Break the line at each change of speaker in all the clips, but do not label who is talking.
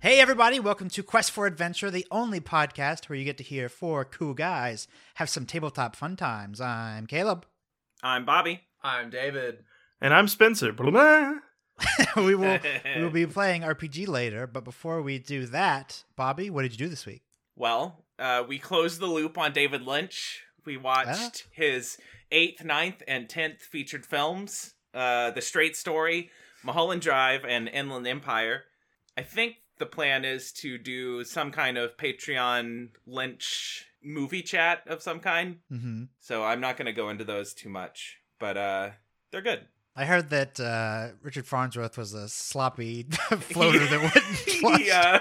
Hey, everybody, welcome to Quest for Adventure, the only podcast where you get to hear four cool guys have some tabletop fun times. I'm Caleb.
I'm Bobby.
I'm David.
And I'm Spencer. Blah, blah.
we, will, we will be playing RPG later, but before we do that, Bobby, what did you do this week?
Well, uh, we closed the loop on David Lynch. We watched his eighth, ninth, and tenth featured films uh, The Straight Story, Mulholland Drive, and Inland Empire. I think the plan is to do some kind of Patreon Lynch movie chat of some kind.
Mm-hmm.
So I'm not going to go into those too much, but uh, they're good.
I heard that uh, Richard Farnsworth was a sloppy floater that wouldn't flush.
he, uh,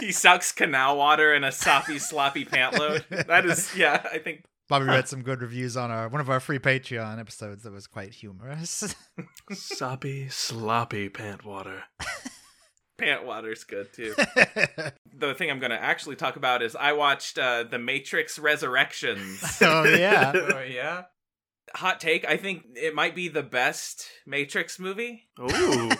he sucks canal water in a soppy, sloppy pant load. That is, yeah, I think
Bobby read some good reviews on our one of our free Patreon episodes that was quite humorous.
Soppy, sloppy pant water.
pant water's good too. the thing I'm going to actually talk about is I watched uh, The Matrix Resurrections.
so yeah,
Oh yeah.
Hot take, I think it might be the best Matrix movie.
Ooh.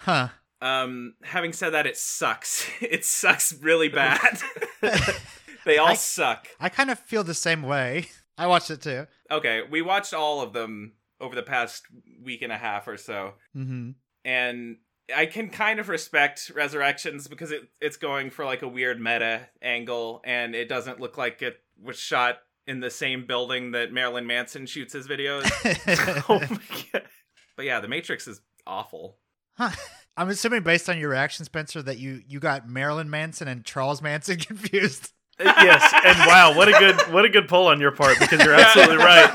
huh?
Um, having said that, it sucks. It sucks really bad. they all
I-
suck.
I kind of feel the same way. I watched it too.
Okay, we watched all of them over the past week and a half or so.
Mm-hmm.
and I can kind of respect Resurrections because it it's going for like a weird meta angle, and it doesn't look like it was shot in the same building that Marilyn Manson shoots his videos.
oh my god.
but yeah, The Matrix is awful.
Huh. I'm assuming based on your reaction, Spencer, that you you got Marilyn Manson and Charles Manson confused.
Uh, Yes, and wow, what a good what a good pull on your part because you're absolutely right.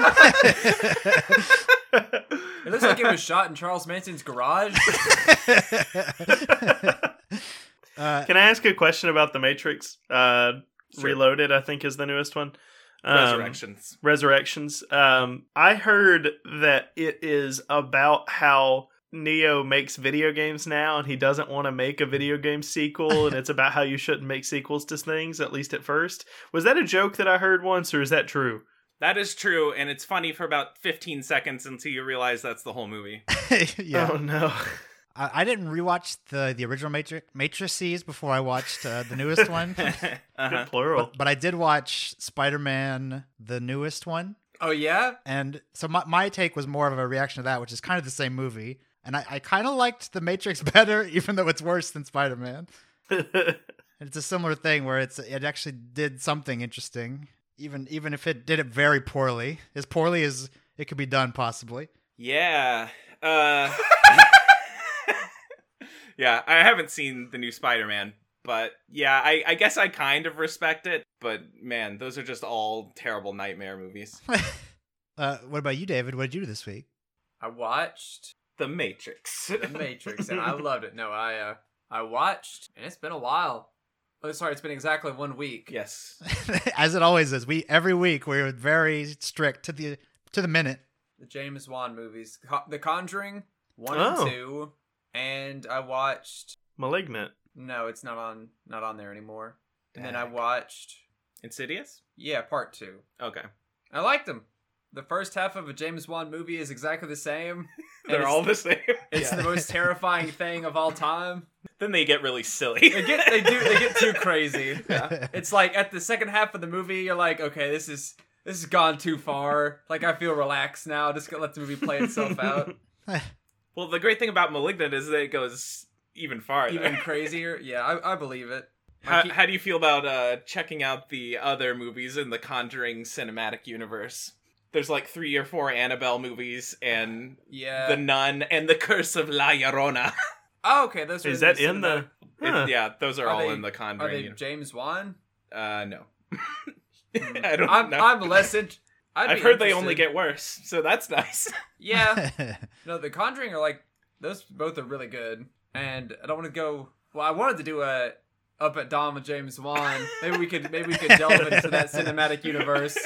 It looks like it was shot in Charles Manson's garage.
uh,
Can I ask a question about the Matrix? Uh,
Sure.
Reloaded, I think, is the newest one. Um,
Resurrections.
Resurrections. Um, I heard that it is about how Neo makes video games now, and he doesn't want to make a video game sequel, and it's about how you shouldn't make sequels to things, at least at first. Was that a joke that I heard once, or is that true?
That is true, and it's funny for about 15 seconds until you realize that's the whole movie.
yeah,
Oh no.
I, I didn't rewatch the the original Matrix matrices before I watched uh, the newest one,
Uh-huh.
Plural.
but, but I did watch Spider Man, the newest one,
oh yeah.
and so my my take was more of a reaction to that, which is kind of the same movie. And I, I kind of liked The Matrix better, even though it's worse than Spider Man. It's a similar thing where it's it actually did something interesting, even even if it did it very poorly, as poorly as it could be done possibly.
Yeah. Uh, yeah, I haven't seen the new Spider Man, but yeah, I, I guess I kind of respect it, but man, those are just all terrible nightmare movies.
Uh, what about you, David? What did you do this week?
I watched
The Matrix.
The Matrix and I loved it. No, I uh, I watched and it's been a while. Oh, sorry, it's been exactly one week.
yes.
as it always is, we every week we're very strict to the to the minute.
The James Wan movies, Co- The Conjuring one
Oh.
and two, and I watched.
Malignant.
No, it's not on not on there anymore. And then I
Dag.
watched.
Insidious?
Yeah, part two.
Okay.
I liked them. The first half of a James Wan movie is exactly the same. and
They're
it's-
all the same.
It's
Yeah.
the most terrifying thing of all time.
then they get really silly.
They get they do they get too crazy.
Yeah.
It's like at the second half of the movie, you're like, okay, this is this has gone too far. Like I feel relaxed now. Just gonna let the movie play itself out.
Well, the great thing about Malignant is that it goes even farther.
Even crazier. Yeah, I, I believe it.
how,
Like,
how do you feel about uh, checking out the other movies in the Conjuring cinematic universe? There's like three or four Annabelle movies and
yeah.
The Nun and The Curse of La Llorona.
oh, okay. Those are
Is that in the?
cinematic-
It-
Huh.
yeah, those are,
Are
all
they-
in the
Are
Conjuring.
they
universe.
James Wan?
uh, no, I don't
Hmm. I'm
know.
I'm less. In- I'd
I've
be
heard they only
interested.
get worse, so that's nice.
yeah. No, The Conjuring are like those. Both are really good, and I don't want to go. Well, I wanted to do a up at Dom and James Wan. Maybe we could maybe we could delve into that cinematic universe.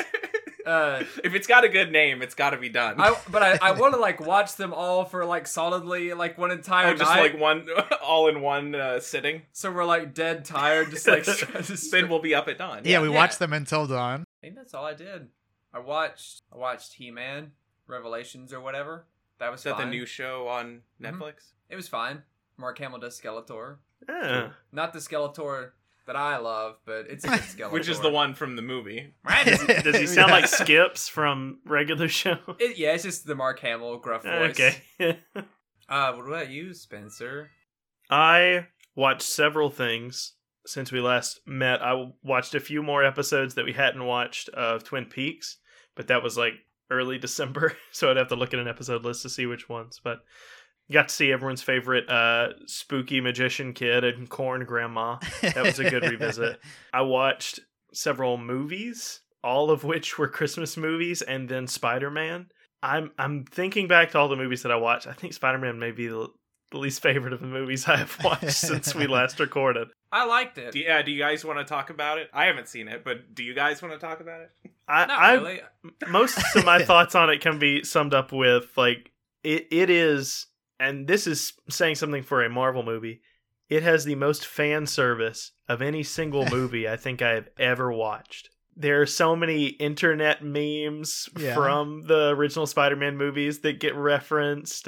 Uh,
if it's got a good name, it's got to be done.
I but I, I want to like watch them all for like solidly like one entire
Or just
night.
like one, all in one uh, sitting.
so we're like dead tired, just like just,
Then we'll be up at dawn.
yeah, we
yeah.
watched them until dawn.
I think that's all I did. I watched I watched He Man Revelations or whatever. That was
Is that the
fine.
new show on
Mhm.
Netflix?
It was fine. Mark Hamill does Skeletor.
Yeah.
Not the Skeletor that I love, but it's a good Skeletor.
which is the one from the movie.
Does he, does he sound like Skips from regular show?
It, yeah, it's just the Mark Hamill gruff
Eh,
voice.
Okay.
Uh, what about you, Spencer?
I watched several things since we last met. I watched a few more episodes that we hadn't watched of Twin Peaks, but that was like early December, so I'd have to look at an episode list to see which ones. But got to see everyone's favorite uh, spooky magician kid and corn grandma. That was a good revisit. I watched several movies, all of which were Christmas movies, and then Spider Man. I'm I'm thinking back to all the movies that I watched. I think Spider Man may be the the least favorite of the movies I have watched since we last recorded.
I liked it.
Do, yeah, do you guys want to talk about it? I haven't seen it, but do you guys want to talk about it?
I,
Not
I
really.
most of my thoughts on it can be summed up with like it it is and this is saying something for a Marvel movie. It has the most fan service of any single movie I think I have ever watched. There are so many internet memes
Yeah.
from the original Spider-Man movies that get referenced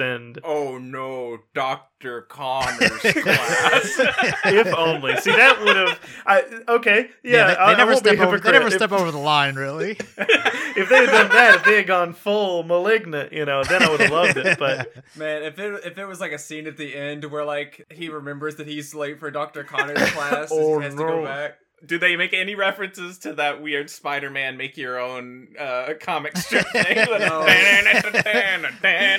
and
Oh no, Doctor Connors class.
if only. See that would have I okay. Yeah,
they, they
I, I
never
won't be a
step over. They
hypocrite.
never
If-
step over the line, really.
if they had done that, if they had gone full malignant, you know, then I would have loved it. But
Man, if it if there was like a scene at the end where like he remembers that he's late for Dr. Connor's class
Oh,
and he has to
no.
go back.
do they make any references to that weird Spider-Man make your own uh, comic strip thing?
No.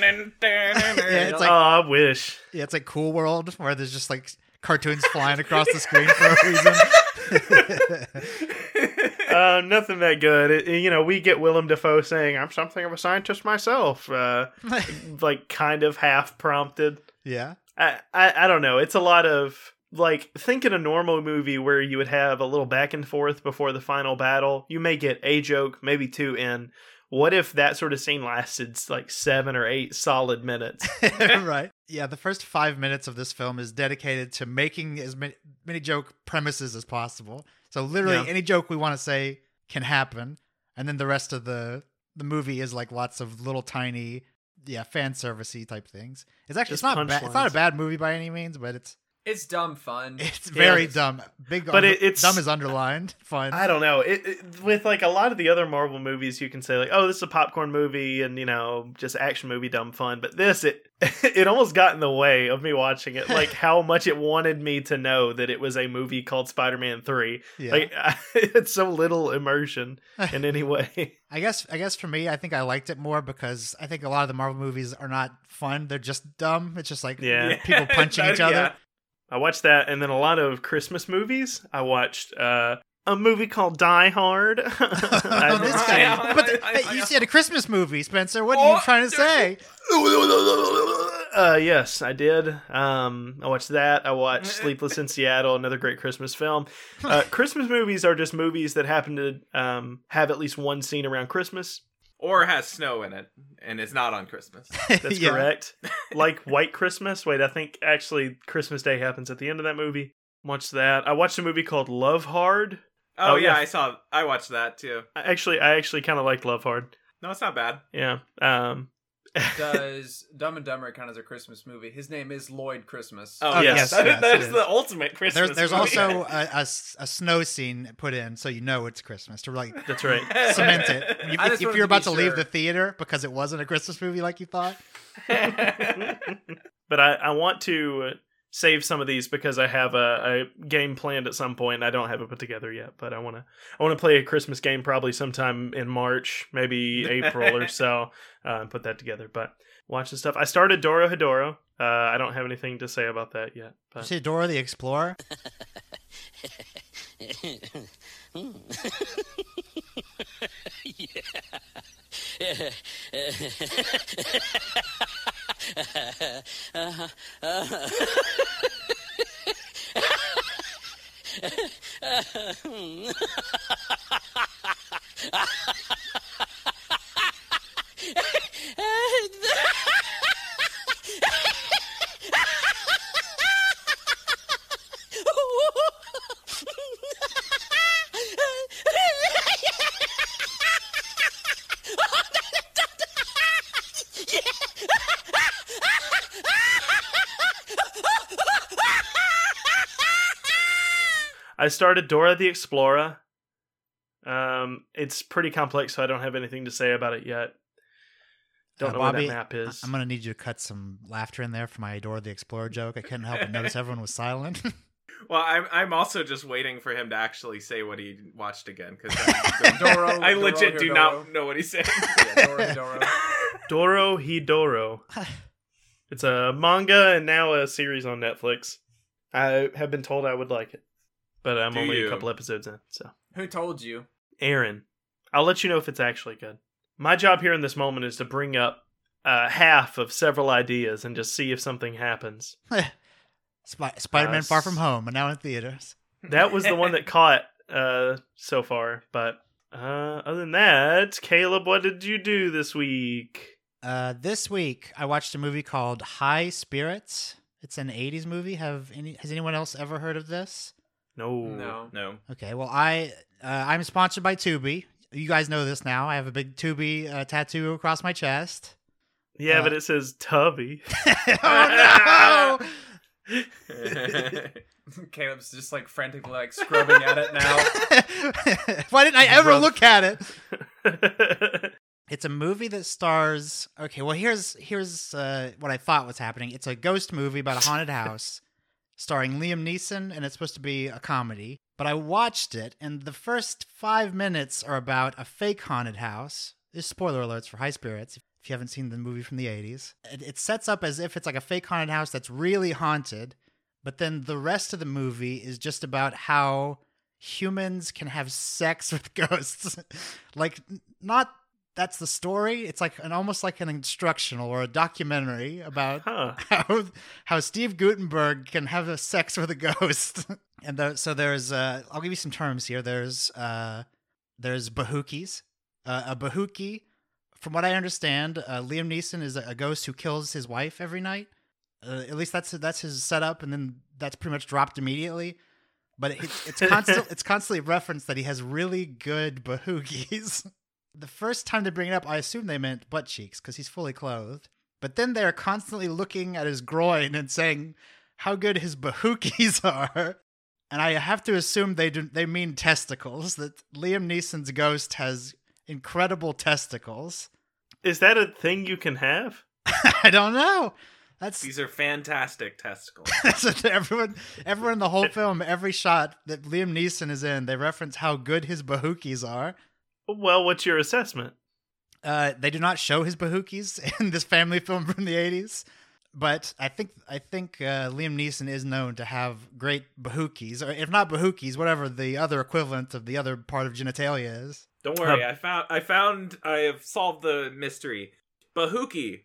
yeah, it's
oh,
like
I wish.
yeah, it's like Cool World where there's just like cartoons flying across the screen for a reason.
Uh, nothing that good. It- you know, we get Willem Dafoe saying, "I'm something of a scientist myself," uh, like kind of half prompted.
yeah,
I, I I don't know. It's a lot of like think in a normal movie where you would have a little back and forth before the final battle. You may get a joke, maybe two in. What if that sort of scene lasted like seven or eight solid minutes?
right. Yeah, the first five minutes of this film is dedicated to making as many, many joke premises as possible. So literally,
Yeah.
any joke we want to say can happen, and then the rest of the the movie is like lots of little tiny, yeah, fan servicey type things. It's actually
Just
it's not bad. It's not a
punchlines.
bad movie by any means, but it's
It's dumb fun.
it's very
it's-
dumb. Big,
but
under-
it- it's-
dumb is underlined. Fun.
I don't know. It, it with like a lot of the other Marvel movies, you can say like, "Oh, this is a popcorn movie," and you know, just action movie, dumb fun. But this, it it almost got in the way of me watching it. Like how much it wanted me to know that it was a movie called Spider-Man Three.
yeah.
Like it's so little immersion in any way.
I guess I guess for me, I think I liked it more because I think a lot of the Marvel movies are not fun. They're just dumb. It's just like
Yeah.
people punching each
Yeah.
other.
I watched that, and then a lot of Christmas movies. I watched uh, a movie called Die Hard.
Oh, this guy.
Yeah.
But the- hey, you said a Christmas movie, Spencer. What are
Oh,
you trying to say?
uh yes i did um i watched that i watched sleepless in seattle another great christmas film uh christmas movies are just movies that happen to um have at least one scene around christmas
or has snow in it and it's not on Christmas.
that's
Yeah.
correct like white christmas wait i think actually christmas day happens at the end of that movie watched that i watched a movie called love hard
Oh,
Oh,
yeah,
yeah.
I saw. I watched that too.
I actually i actually kind of like love hard
No, it's not bad.
yeah um
Does Dumb and Dumber count as a Christmas movie? His name is Lloyd Christmas.
Oh,
Oh, yes,
yes, that,
yes,
that
it
is
is.
the ultimate Christmas.
There's there's
movie.
also uh, a, a s- a snow scene put in, so you know it's Christmas to like
that's right
cement it. You-
I
if
just wanted
you're
to be
about to leave
sure.
the theater because it wasn't a Christmas movie like you thought,
but I, I want to save some of these because I have a, a game planned at some point. I don't have it put together yet, but I want to I want to play a Christmas game probably sometime in March, maybe April or so, uh, and put that together. But watch the stuff. I started Doro Hedoro. Uh, I don't have anything to say about that yet.
you
But
see Dora the Explorer.
I started Dora the Explorer. Um, it's pretty complex, so I don't have anything to say about it yet. Don't
Uh,
know
Bobby,
where that map is.
I'm gonna need you to cut some laughter in there for my Dora the Explorer joke. I couldn't help but notice everyone was silent.
Well, I'm I'm also just waiting for him to actually say what he watched again because
Doro,
I
Doro
legit do
Hedoro.
not know what he said.
Yeah, Doro Hedoro.
Doro Hidoro. it's a manga and now a series on Netflix. I have been told I would like it, but I'm
Do
only
you?
a couple episodes in. So,
Who told you?
Aaron, I'll let you know if it's actually good. My job here in this moment is to bring up uh, half of several ideas and just see if something happens.
Spy- Spider-Man: Far From
s-
Home, and now in theaters.
That was the one that caught uh, so far. But uh, other than that, Caleb, what did you do this week?
Uh, this week, I watched a movie called High Spirits. It's an '80s movie. Have any? Has anyone else ever heard of this?
No.
No.
no.
Okay. Well, I uh, I'm sponsored by Tubi. You guys know this now. I have a big Tubi uh, tattoo across my chest.
Yeah,
Uh,
but it says Tubby.
oh no!
Caleb's just like frantically like scrubbing at it now.
Why didn't I ever
Rough.
look at it?
okay.
It's a movie that stars. Okay, well here's here's uh, what I thought was happening. It's a ghost movie about a haunted house, starring Liam Neeson, and it's supposed to be a comedy. But I watched it, and the first five minutes are about a fake haunted house. There's spoiler alerts for High Spirits if you haven't seen the movie from the '80s. It, it sets up as if it's like a fake haunted house that's really haunted, but then the rest of the movie is just about how humans can have sex with ghosts. like n- not that's the story. It's like an almost like an instructional or a documentary about
Huh.
how how Steve Gutenberg can have a sex with a ghost. and tho- so there's uh I'll give you some terms here. There's uh there's bahukis. Uh, a bahuki, from what I understand, uh, Liam Neeson is a, a ghost who kills his wife every night. Uh, at least that's that's his setup, and then that's pretty much dropped immediately. But it, it's constant, it's constantly referenced that he has really good bahukis. the first time they bring it up, I assume they meant butt cheeks because he's fully clothed. But then they are constantly looking at his groin and saying how good his bahukis are. And I have to assume they do, they mean testicles. That Liam Neeson's ghost has incredible testicles.
Is that a thing you can have?
I don't know. That's
These are fantastic testicles.
That's what everyone, everyone in the whole film, every shot that Liam Neeson is in, they reference how good his bahukis are.
Well, what's your assessment?
Uh, they do not show his bahukis in this family film from the '80s, but I think I think uh, Liam Neeson is known to have great bahukis, or if not bahukis, whatever the other equivalent of the other part of genitalia is.
Don't worry, I found I found I have solved the mystery. Bahuki,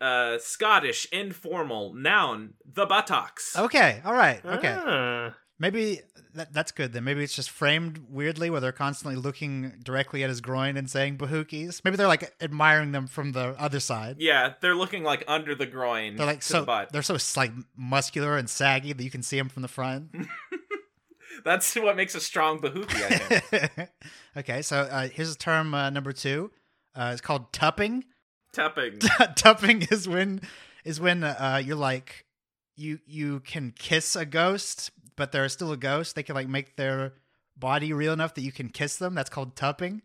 uh, Scottish informal noun, the buttocks.
Okay, all right, okay.
Ah.
Maybe that, that's good then. Maybe it's just framed weirdly where they're constantly looking directly at his groin and saying bahukis. Maybe they're like admiring them from the other side.
Yeah, they're looking like under the groin.
They're like
to
so
the butt.
they're so like muscular and saggy that you can see them from the front.
That's what makes a strong bahuki. I think.
okay, so uh, here's term uh, number two. Uh, it's called tupping.
Tapping.
tupping is when is when uh, you're like you you can kiss a ghost, but they're still a ghost. They can like make their body real enough that you can kiss them. That's called tupping.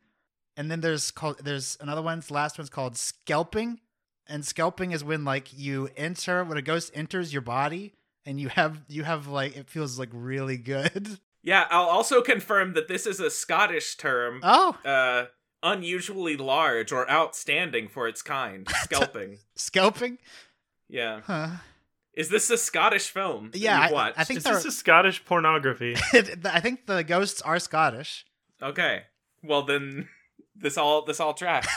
And then there's called there's another one's last one's called scalping. And scalping is when like you enter when a ghost enters your body and you have you have like it feels like really good.
Yeah, I'll also confirm that this is a Scottish term,
Oh,
uh, unusually large or outstanding for its kind. Scalping.
scalping?
yeah.
Huh.
Is this a Scottish film? that
Yeah,
you've
I-
watched?
I think
Is this a Scottish pornography?
I think the ghosts are Scottish.
Okay. Well then, this all this all tracks.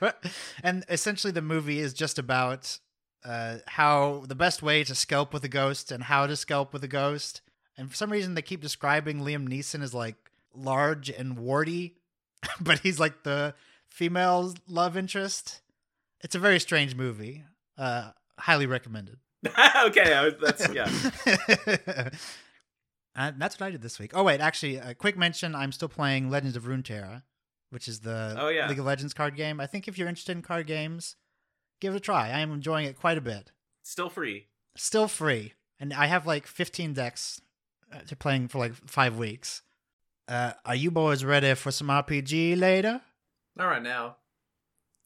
and essentially the movie is just about uh, how the best way to scalp with a ghost and how to scalp with a ghost. And for some reason they keep describing Liam Neeson as like large and warty, but he's like the female love interest. It's a very strange movie. Uh, highly recommended.
okay, I was, that's yeah.
and that's what I did this week. Oh wait, actually, a quick mention: I'm still playing Legends of Runeterra, which is the
Oh, yeah.
League of Legends card game. I think if you're interested in card games, give it a try. I am enjoying it quite a bit.
Still free.
Still free, and I have like 15 decks uh, you're playing for like five weeks. Uh, are you boys ready for some RPG later?
Not right now.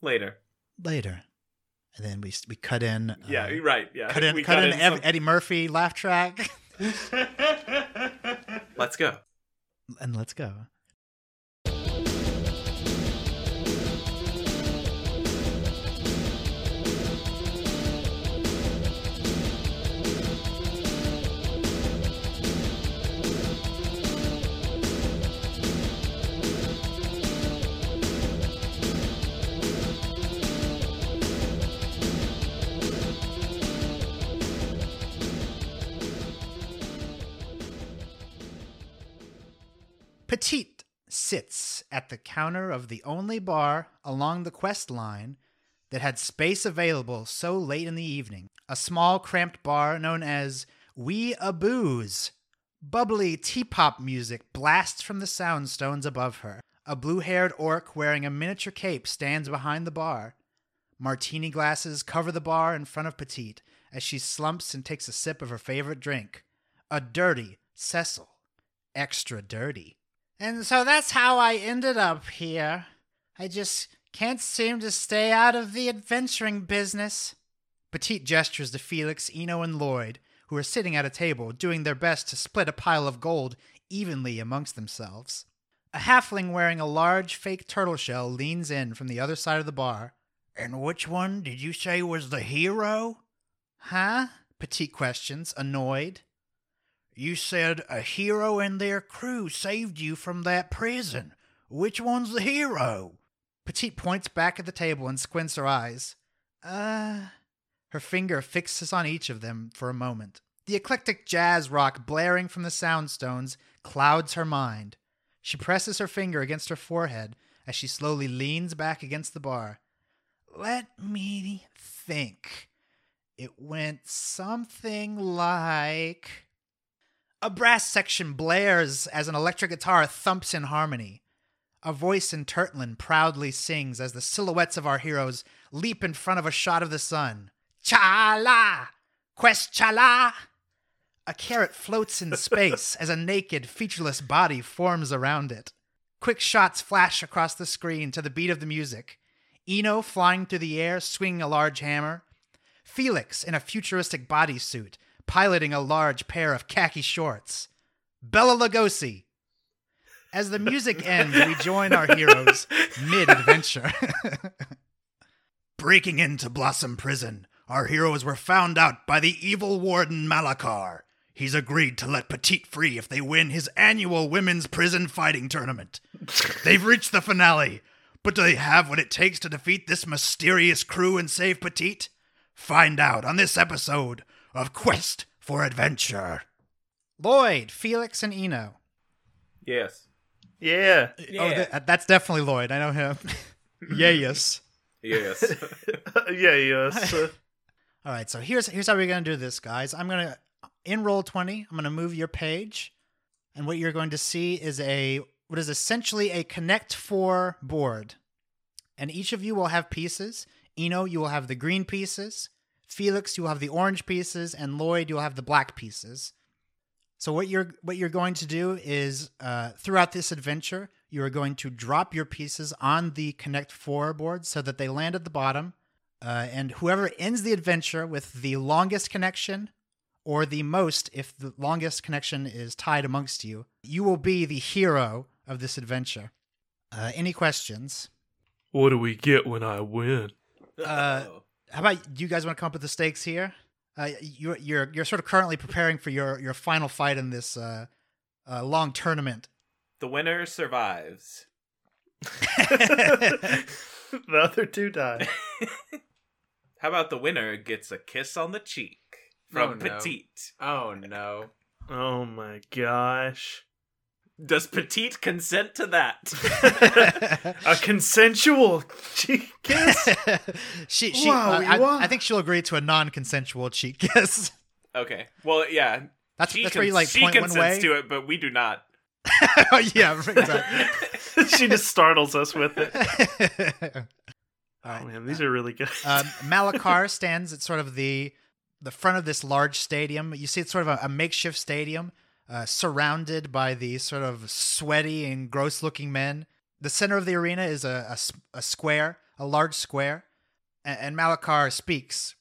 Later.
Later. And then we we cut in.
Yeah,
uh,
you're right. Yeah.
cut in,
We
cut
got
in, Ev-
some-
Eddie Murphy laugh track,
Let's go.
and let's go. Petite sits at the counter of the only bar along the quest line that had space available so late in the evening. A small, cramped bar known as We A Booze. Bubbly T pop music blasts from the soundstones above her. A blue haired orc wearing a miniature cape stands behind the bar. Martini glasses cover the bar in front of Petite as she slumps and takes a sip of her favorite drink a dirty Cecil. Extra dirty. And so that's how I ended up here. I just can't seem to stay out of the adventuring business. Petite gestures to Felix, Eno, and Lloyd, who are sitting at a table doing their best to split a pile of gold evenly amongst themselves. A halfling wearing a large fake turtle shell leans in from the other side of the bar. And which one did you say was the hero? Huh? Petite questions, annoyed. You said a hero and their crew saved you from that prison. Which one's the hero? Petite points back at the table and squints her eyes. Uh. Her finger fixes on each of them for a moment. The eclectic jazz rock blaring from the soundstones clouds her mind. She presses her finger against her forehead as she slowly leans back against the bar. Let me think. It went something like. A brass section blares as an electric guitar thumps in harmony. A voice in Turtlin proudly sings as the silhouettes of our heroes leap in front of a shot of the sun. Chala! Quest Chala! A carrot floats in space as a naked, featureless body forms around it. Quick shots flash across the screen to the beat of the music. Eno flying through the air, swinging a large hammer. Felix in a futuristic bodysuit, piloting a large pair of khaki shorts. Bella Lugosi. As the music ends, we join our heroes mid adventure. Breaking into Blossom Prison, our heroes were found out by the evil warden Malakar. He's agreed to let Petite free if they win his annual women's prison fighting tournament. They've reached the finale, but do they have what it takes to defeat this mysterious crew and save Petite? Find out on this episode of Quest for Adventure. Lloyd, Felix, and Eno.
Yes.
Yeah.
Oh,
Yeah.
th- that's definitely Lloyd. I know him. yeah, yes.
Yes.
Uh,
Uh, yeah, yes.
All right, so here's here's how we're gonna do this, guys. I'm gonna in roll twenty. I'm gonna move your page, and what you're going to see is a what is essentially a Connect Four board, and each of you will have pieces. Eno, you will have the green pieces. Felix, you will have the orange pieces, and Lloyd, you will have the black pieces. So what you're what you're going to do is uh, throughout this adventure, you are going to drop your pieces on the Connect Four board so that they land at the bottom. Uh, and whoever ends the adventure with the longest connection, or the most if the longest connection is tied amongst you, you will be the hero of this adventure. Uh, any questions?
what do we get when I win?
Uh, How about do you guys want to come up with the stakes here? Uh, you're you're you're sort of currently preparing for your your final fight in this uh, uh, long tournament.
the winner survives.
the other two die.
How about the winner gets a kiss on the cheek from
Oh, no.
Petite?
Oh no.
Oh my gosh.
Does Petite consent to that?
A consensual cheek kiss?
she she
Wow,
uh,
wow.
I, I think she'll agree to a non-consensual cheat kiss.
okay. Well, yeah.
That's
She,
that's
con-
where you like
she
point one way.
consents
Oh,
to it, but we do not.
yeah, exactly.
she just startles us with it.
All right.
Oh man, these are really good.
um, Malakar stands at sort of the the front of this large stadium. You see, it's sort of a, a makeshift stadium. uh, surrounded by these sort of sweaty and gross looking men. The center of the arena is a, a s- a square, a large square, and, and Malakar speaks.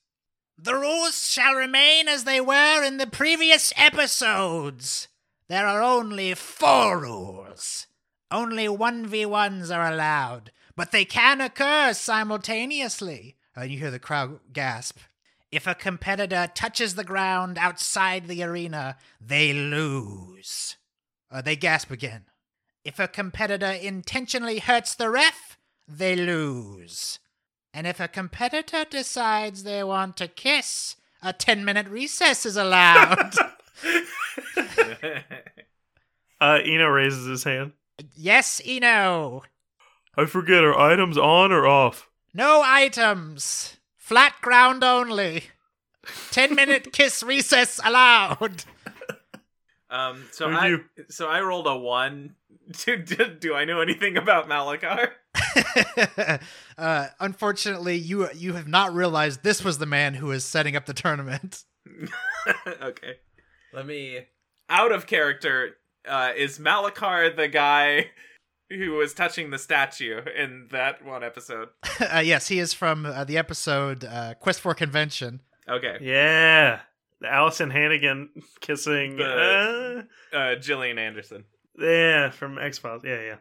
The rules shall remain as they were in the previous episodes. There are only four rules. Only 1v1s are allowed, but they can occur simultaneously. And you hear the crowd gasp. If a competitor touches the ground outside the arena, they lose. Uh, they gasp again. If a competitor intentionally hurts the ref, they lose. And if a competitor decides they want to kiss, a 10 minute recess is allowed.
Uh, Eno raises his hand.
yes, Eno.
I forget, are items on or off?
No items. Flat ground only. 10 minute kiss recess allowed.
um, so
Who'd
I
you-
so I rolled a one. Do, do, do I know anything about Malakar?
uh, unfortunately, you you have not realized this was the man who is setting up the tournament.
okay.
Let me.
Out of character uh, is Malakar the guy who was touching the statue in that one episode.
uh, yes, he is from uh, the episode uh, Quest for Convention.
Okay.
Yeah. The Allison Hannigan kissing.
The-
uh,
Uh, Jillian Anderson.
yeah, from X Files. Yeah, yeah.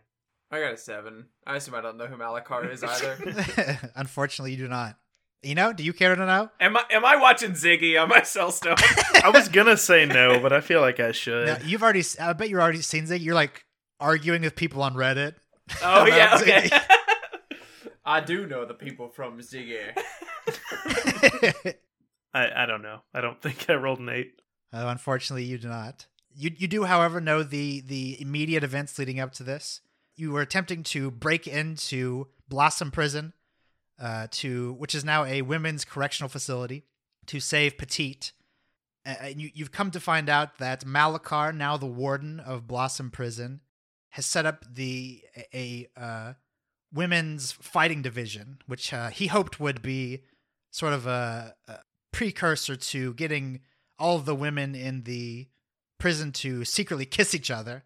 I got a seven. I assume I don't know who Malakar is either.
unfortunately, you do not. Eno, do you care to know?
Am I am I watching Ziggy on my cell stone?
I was gonna say no, but I feel like I should.
Now, you've already. s- I bet you've already seen Zig. You're like arguing with people on Reddit.
Oh yeah,
About
okay.
I do know the people from Ziggy.
I, I don't know. I don't think I rolled an eight.
Uh, unfortunately, you do not. You you do, however, know the the immediate events leading up to this. You were attempting to break into Blossom Prison, uh, to which is now a women's correctional facility, to save Petite. A- And you, you've come to find out that Malakar, now the warden of Blossom Prison, has set up the a, a uh, women's fighting division, which uh, he hoped would be sort of a, a precursor to getting all of the women in the prison to secretly kiss each other.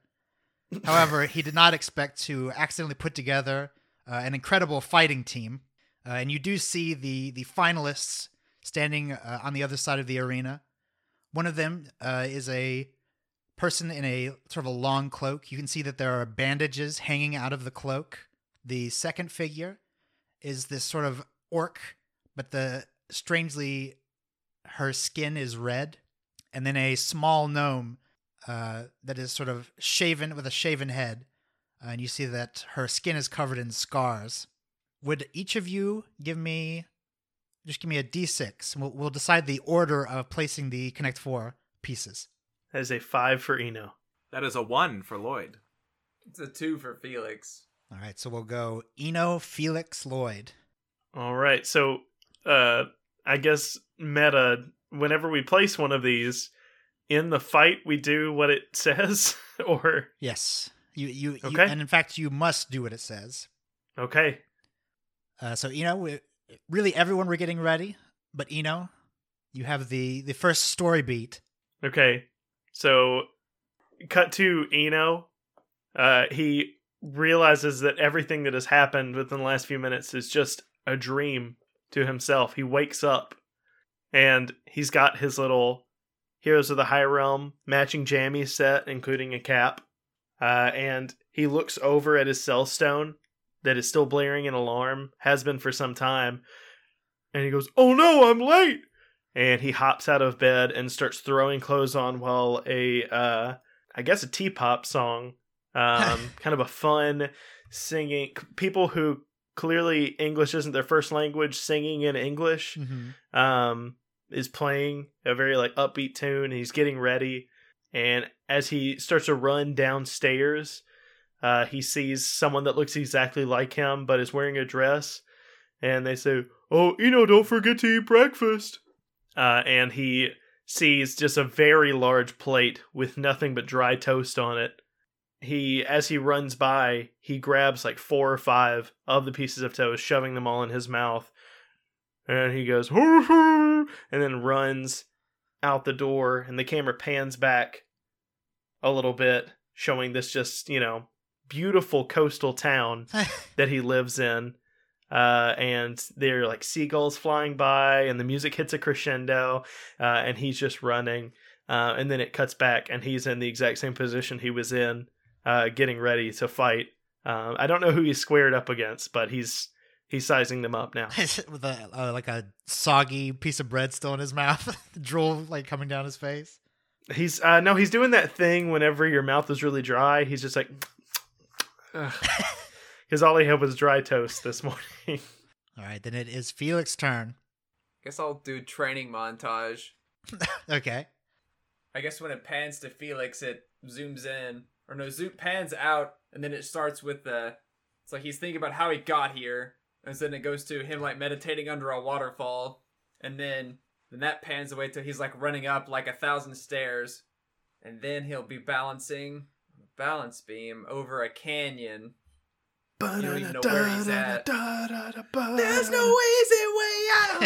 However, he did not expect to accidentally put together uh, an incredible fighting team. Uh, and you do see the the finalists standing uh, on the other side of the arena. One of them uh, is a person in a sort of a long cloak. You can see that there are bandages hanging out of the cloak. The second figure is this sort of orc, but the strangely her skin is red, and then a small gnome uh, that is sort of shaven with a shaven head, uh, and you see that her skin is covered in scars. Would each of you give me just give me a d6? And we'll, we'll decide the order of placing the Connect Four pieces.
That is a five for Eno.
that is a one for Lloyd.
It's a two for Felix.
All right, so we'll go Eno, Felix, Lloyd.
All right. So, uh, I guess meta. Whenever we place one of these in the fight, we do what it says. or
Yes, you you, you
Okay.
and in fact you must do what it says.
okay,
Uh, so Eno, we, really everyone we're getting ready, but Eno, you have the the first story beat.
okay. So, cut to Eno. Uh, he realizes that everything that has happened within the last few minutes is just a dream to himself. He wakes up, and he's got his little Heroes of the High Realm matching jammy set, including a cap. Uh, and he looks over at his cell stone that is still blaring an alarm, has been for some time. And he goes, Oh no, I'm late! And he hops out of bed and starts throwing clothes on while a, uh, I guess a T pop song, um, kind of a fun singing, people who clearly English isn't their first language singing in English
Mm-hmm.
um, is playing a very like upbeat tune. And he's getting ready, and as he starts to run downstairs, uh, he sees someone that looks exactly like him but is wearing a dress, and they say, "Oh, you know, don't forget to eat breakfast." Uh, and he sees just a very large plate with nothing but dry toast on it. He, as he runs by, he grabs like four or five of the pieces of toast, shoving them all in his mouth, and he goes, "Hoo, hoo," and then runs out the door, and the camera pans back a little bit, showing this just you know beautiful coastal town that he lives in. Uh, and there are like seagulls flying by, and the music hits a crescendo, uh, and he's just running. Uh, and then it cuts back, and he's in the exact same position he was in, uh, getting ready to fight. Um, I don't know who he's squared up against, but he's he's sizing them up now.
with a uh, like a soggy piece of bread still in his mouth, drool like coming down his face.
He's uh, no, he's doing that thing whenever your mouth is really dry. He's just like, because all he had was dry toast this morning.
All right, then it is Felix's turn.
Guess I'll do training montage.
Okay.
I guess when it pans to Felix, it zooms in, or no, zoom pans out, and then it starts with the. It's like he's thinking about how he got here, and then it goes to him like meditating under a waterfall, and then then that pans away till he's like running up like a thousand stairs, and then he'll be balancing on a balance beam over a canyon. You don't even know where he's at.
There's
easy way out.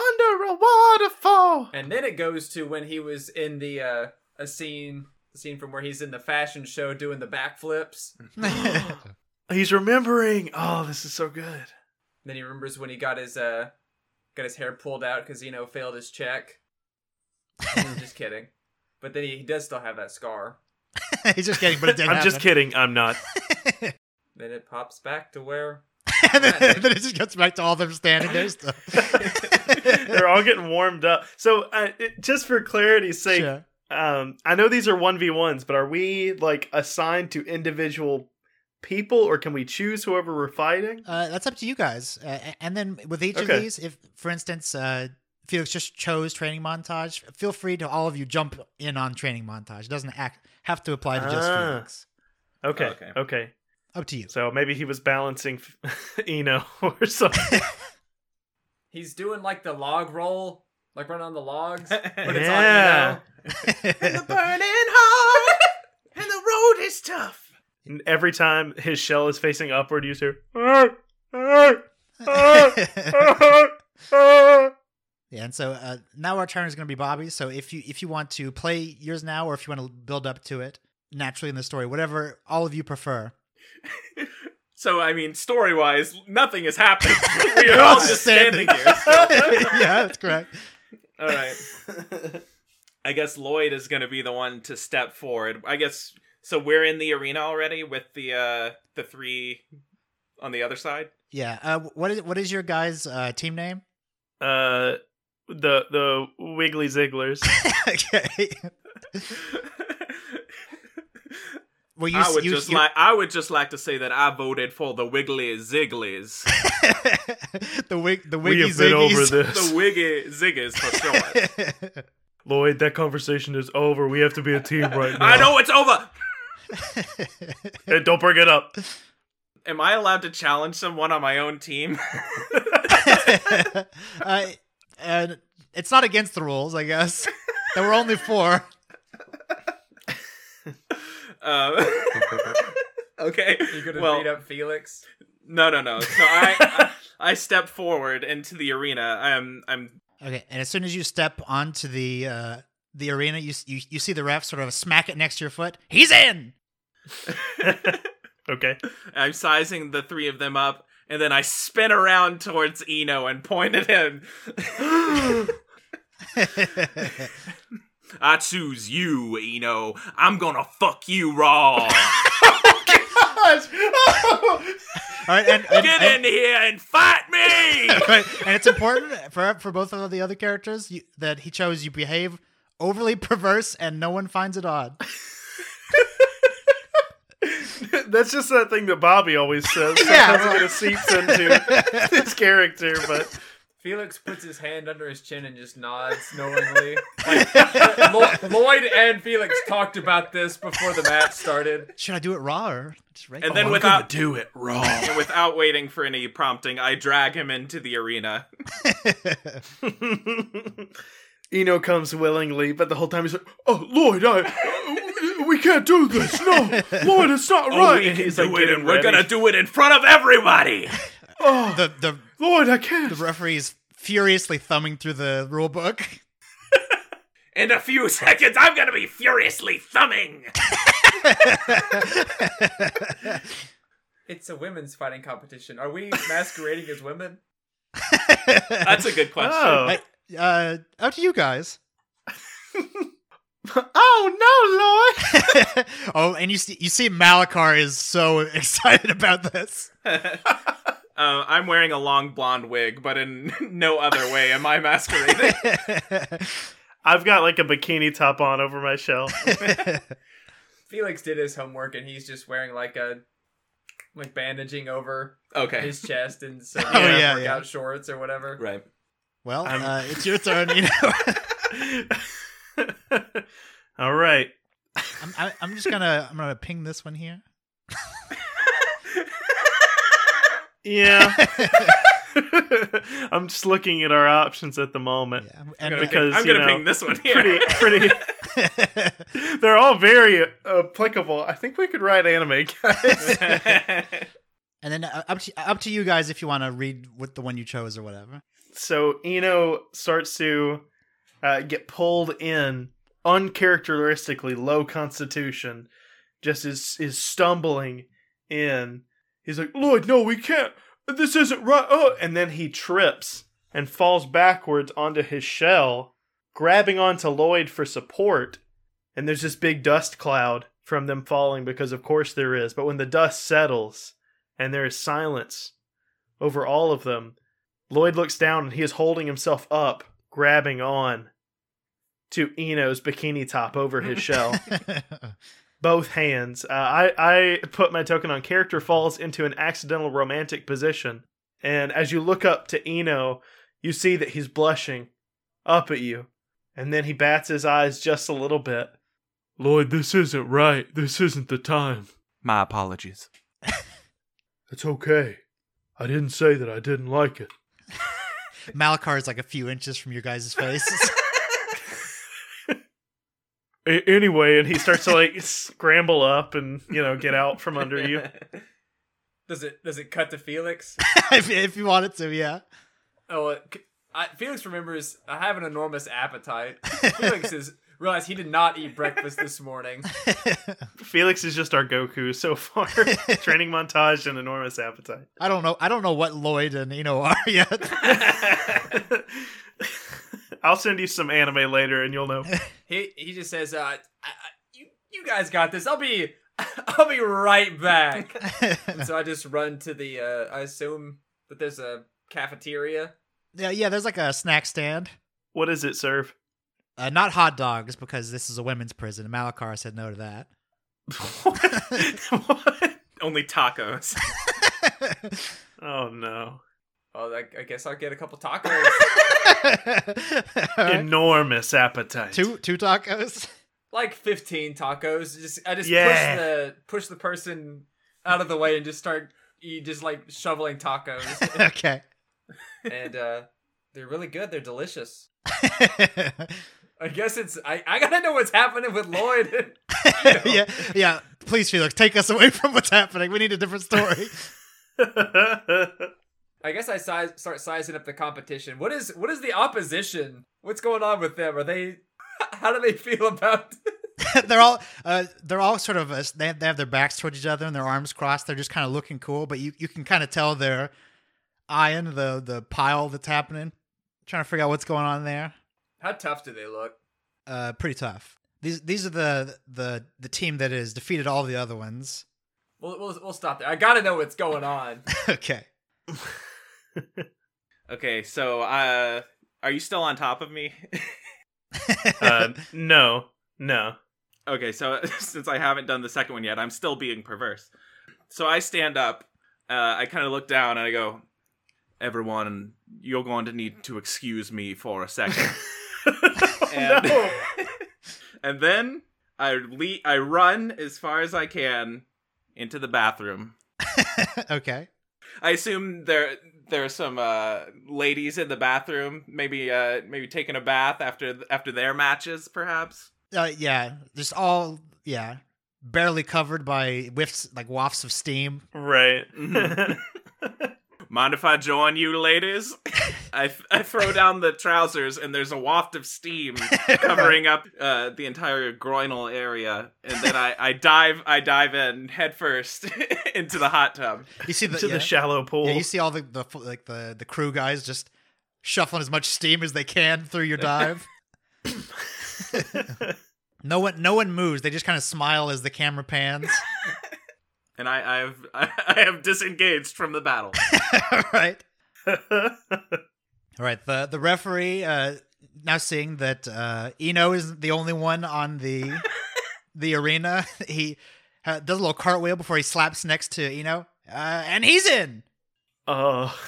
under a waterfall.
And then it goes to when he was in the uh, a scene, the scene from where he's in the fashion show doing the backflips.
He's remembering. Oh, this is so good.
Then he remembers when he got his uh got his hair pulled out because Zeno failed his check. I'm just kidding. But then he, he does still have that scar.
He's just kidding, but it didn't
I'm just kidding. I'm not.
kidding.
Then it pops back to where
and then, then it just gets back to all them standing there still.
They're all getting warmed up. So, uh, it, just for clarity's sake,
Sure.
um, I know these are one v ones, but are we like assigned to individual people, or can we choose whoever we're fighting?
Uh, that's up to you guys. Uh, a- and then with each
Okay.
of these, if, for instance, uh, Felix just chose training montage, feel free to all of you jump in on training montage. It doesn't act, have to apply to just
Ah.
Felix.
Okay, okay,
Okay.
Up to you.
So maybe he was balancing Eno or something.
he's doing like the log roll, like running on the logs. But it's
Yeah.
on
burning hard, and the road is tough.
And every time his shell is facing upward, you hear. "Ah, "Arr, arr, arr, arr, arr."
Yeah, and so uh, now our turn is going to be Bobby's. So if you if you want to play yours now, or if you want to build up to it naturally in the story, whatever all of you prefer.
So I mean, story wise, nothing has happened. we are all just standing here.
yeah, that's correct.
All right. I guess Lloyd is going to be the one to step forward. I guess so. We're in the arena already with the uh the three on the other side.
Yeah. Uh, what is what is your guys' uh, team name?
Uh, the the Wiggly Zigglers.
okay. Well, you
I would
you,
just
you-
like I would just like to say that I voted for the Wiggly Zigglies,
the wig the
we
wiggy
have been over
ziggies.
this,
the Wiggy Ziggies for sure.
Lloyd. That conversation is over. We have to be a team right now.
I know it's over.
Hey, don't bring it up.
Am I allowed to challenge someone on my own team?
uh, and it's not against the rules, I guess. There were only four.
Uh, okay.
You could have
well,
beat up Felix.
No, no, no. So I, I I step forward into the arena. I'm I'm
Okay, and as soon as you step onto the uh, the arena, you, s- you you see the ref sort of smack it next to your foot. He's in.
Okay.
I'm sizing the three of them up, and then I spin around towards Eno and point at him. I choose you, Eno. I'm gonna fuck you raw.
All right, and, and,
Get
and-
in here and fight me.
right, and it's important for for both of the other characters you, that he chose. You behave overly perverse, and no one finds it odd.
That's just that thing that Bobby always says.
Yeah.
Sometimes it kind of seeps into his character, but
Felix puts his hand under his chin and just nods knowingly. Like, Lo- Lloyd and Felix talked about this before the match started.
Should I do it raw or just regular?
Oh,
And then without do it raw. And without waiting for any prompting, I drag him into the arena.
Eno comes willingly, but the whole time he's like, "Oh, Lloyd, I, uh, we can't do this. No, Lloyd, it's not
Oh,
right."
we
And
can
he's
do
like,
it,
getting
and we're gonna
ready.
do it in front of everybody.
Oh,
the the
Lloyd, I can't.
referee's furiously thumbing through the rule book.
In a few seconds, I'm gonna be furiously thumbing.
It's a women's fighting competition. Are we masquerading as women?
That's a good question.
Oh.
I- uh, up to you guys.
oh no, Lord!
oh, and you see, you see, Malakar is so excited about this.
Uh, I'm wearing a long blonde wig, but in no other way am I masquerading.
I've got like a bikini top on over my shell.
Felix did his homework and he's just wearing like a like bandaging over
Okay.
his chest and some
Oh, yeah,
workout
yeah.
shorts or whatever.
Right.
well,
I'm-
uh, it's your turn. You know,
All right.
I'm, I- I'm just gonna I'm gonna ping this one here.
Yeah. I'm just looking at our options at the moment.
Yeah,
I'm
and
gonna,
Because,
ping, I'm
you
gonna
know,
ping this one here.
Pretty, pretty. They're all very applicable. I think we could write anime, guys.
and then uh, up to up to you guys if you want to read what the one you chose or whatever.
so Ino starts to uh, get pulled in, uncharacteristically low constitution, just is is stumbling in. He's like, Lloyd, no, we can't. This isn't right. Oh, and then he trips and falls backwards onto his shell, grabbing onto Lloyd for support. And there's this big dust cloud from them falling because, of course, there is. But when the dust settles and there is silence over all of them, Lloyd looks down and he is holding himself up, grabbing on to Eno's bikini top over his shell. Both hands. Uh, I, I put my token on character falls into an accidental romantic position. And as you look up to Eno, you see that he's blushing up at you. And then he bats his eyes just a little bit. Lloyd, this isn't right. This isn't the time.
My apologies.
It's okay. I didn't say that I didn't like it.
Malakar is like a few inches from your guys' faces.
A- anyway, and he starts to like scramble up and you know get out from under you.
Does it does it cut to Felix?
if, if you wanted to, yeah.
Oh, uh, c- I, Felix remembers I have an enormous appetite. Felix is realized he did not eat breakfast this morning.
Felix is just our Goku so far. Training montage and enormous appetite.
I don't know. I don't know what Lloyd and Eno are yet.
I'll send you some anime later, and you'll know.
He he just says, uh, I, I, "You you guys got this. I'll be I'll be right back." And so I just run to the. Uh, I assume that there's a cafeteria.
yeah, yeah. There's like a snack stand.
What does it serve?
Uh, not hot dogs because this is a women's prison. and Malakar said no to that.
What?
Only tacos.
Oh no!
Oh, I, I guess I'll get a couple tacos.
All right.
Enormous appetite.
Two two tacos.
like 15 tacos. Just I just
Yeah.
push the push the person out of the way and just start you just like shoveling tacos
okay.
and uh they're really good. They're delicious. I guess it's I, I gotta know what's happening with Lloyd.
yeah, yeah. Please, Felix, take us away from what's happening. We need a different story.
I guess I size, start sizing up the competition. What is what is the opposition? What's going on with them? Are they how do they feel about
they're all uh, they're all sort of uh, they have, they have their backs towards each other and their arms crossed. They're just kind of looking cool, but you, you can kind of tell they're eyeing the the pile that's happening, trying to figure out what's going on there.
how tough do they look?
Uh, pretty tough. These these are the the the team that has defeated all the other ones.
We'll, we'll, we'll stop there. I gotta know what's going on.
okay.
Okay, so uh are you still on top of me?
uh, no, no.
Okay, so since I haven't done the second one yet, I'm still being perverse. So I stand up, uh, I kind of look down, and I go, Everyone, you're going to need to excuse me for a second. and,
no.
and then I, le- I run as far as I can into the bathroom.
okay.
I assume there there are some uh, ladies in the bathroom, maybe uh, maybe taking a bath after after their matches, perhaps.
Uh, yeah. Just all yeah, barely covered by whiffs like wafts of steam.
Right.
Mind if I join you, ladies? I, f- I throw down the trousers, and there's a waft of steam covering up uh, the entire groinal area. And then I, I dive I dive in headfirst into the hot tub.
You see the,
to
yeah,
the shallow pool.
yeah, you see all the, the f- like the the crew guys just shuffling as much steam as they can through your dive. no one no one moves. They just kind of smile as the camera pans.
And I, I have I have disengaged from the battle.
All right. All right. The the referee uh, now seeing that uh, Eno isn't the only one on the the arena, he uh, does a little cartwheel before he slaps next to Eno, uh, and he's in.
oh,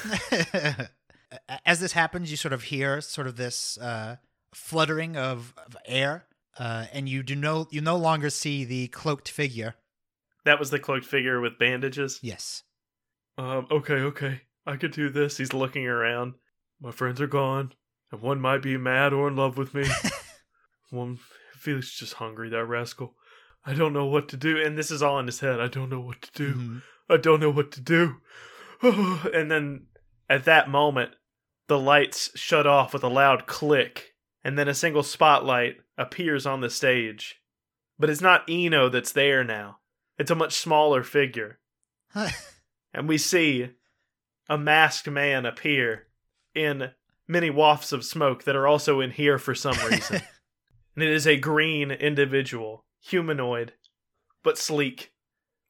As this happens, you sort of hear sort of this uh, fluttering of, of air, uh, and you do no you no longer see the cloaked figure.
that was the cloaked figure with bandages.
Yes.
Um, okay, okay. I could do this. He's looking around. My friends are gone, and one might be mad or in love with me. one feels just hungry, that rascal. I don't know what to do. And this is all in his head. I don't know what to do.
Mhm.
I don't know what to do. and then at that moment, the lights shut off with a loud click, and then a single spotlight appears on the stage. But it's not Eno that's there now, it's a much smaller figure. and we see a masked man appear in many wafts of smoke that are also in here for some reason. and it is a green individual, humanoid, but sleek,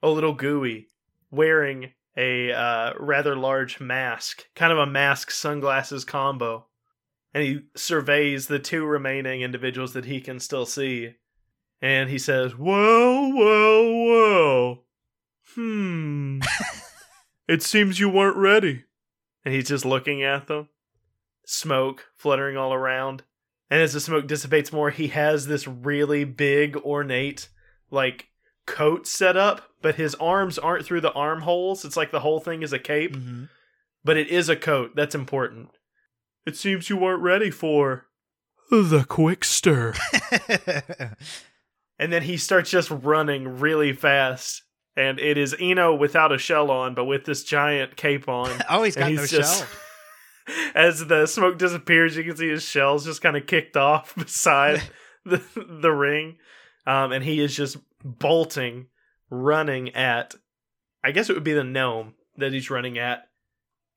a little gooey, wearing a uh, rather large mask, kind of a mask sunglasses combo. And he surveys the two remaining individuals that he can still see. And he says, Well, well, well. Hmm. it seems you weren't ready. And he's just looking at them. Smoke fluttering all around. And as the smoke dissipates more, he has this really big, ornate, like, coat set up, but his arms aren't through the armholes. It's like the whole thing is a cape,
Mhm.
but it is a coat. That's important. It seems you weren't ready for the quick stir.
Mm-hmm.
And then he starts just running really fast. And it is Eno without a shell on, but with this giant cape on.
oh, he's got
and
no
he's just,
shell.
As the smoke disappears, you can see his shell's just kind of kicked off beside the the ring, um, and he is just bolting, running at. I guess it would be the gnome that he's running at,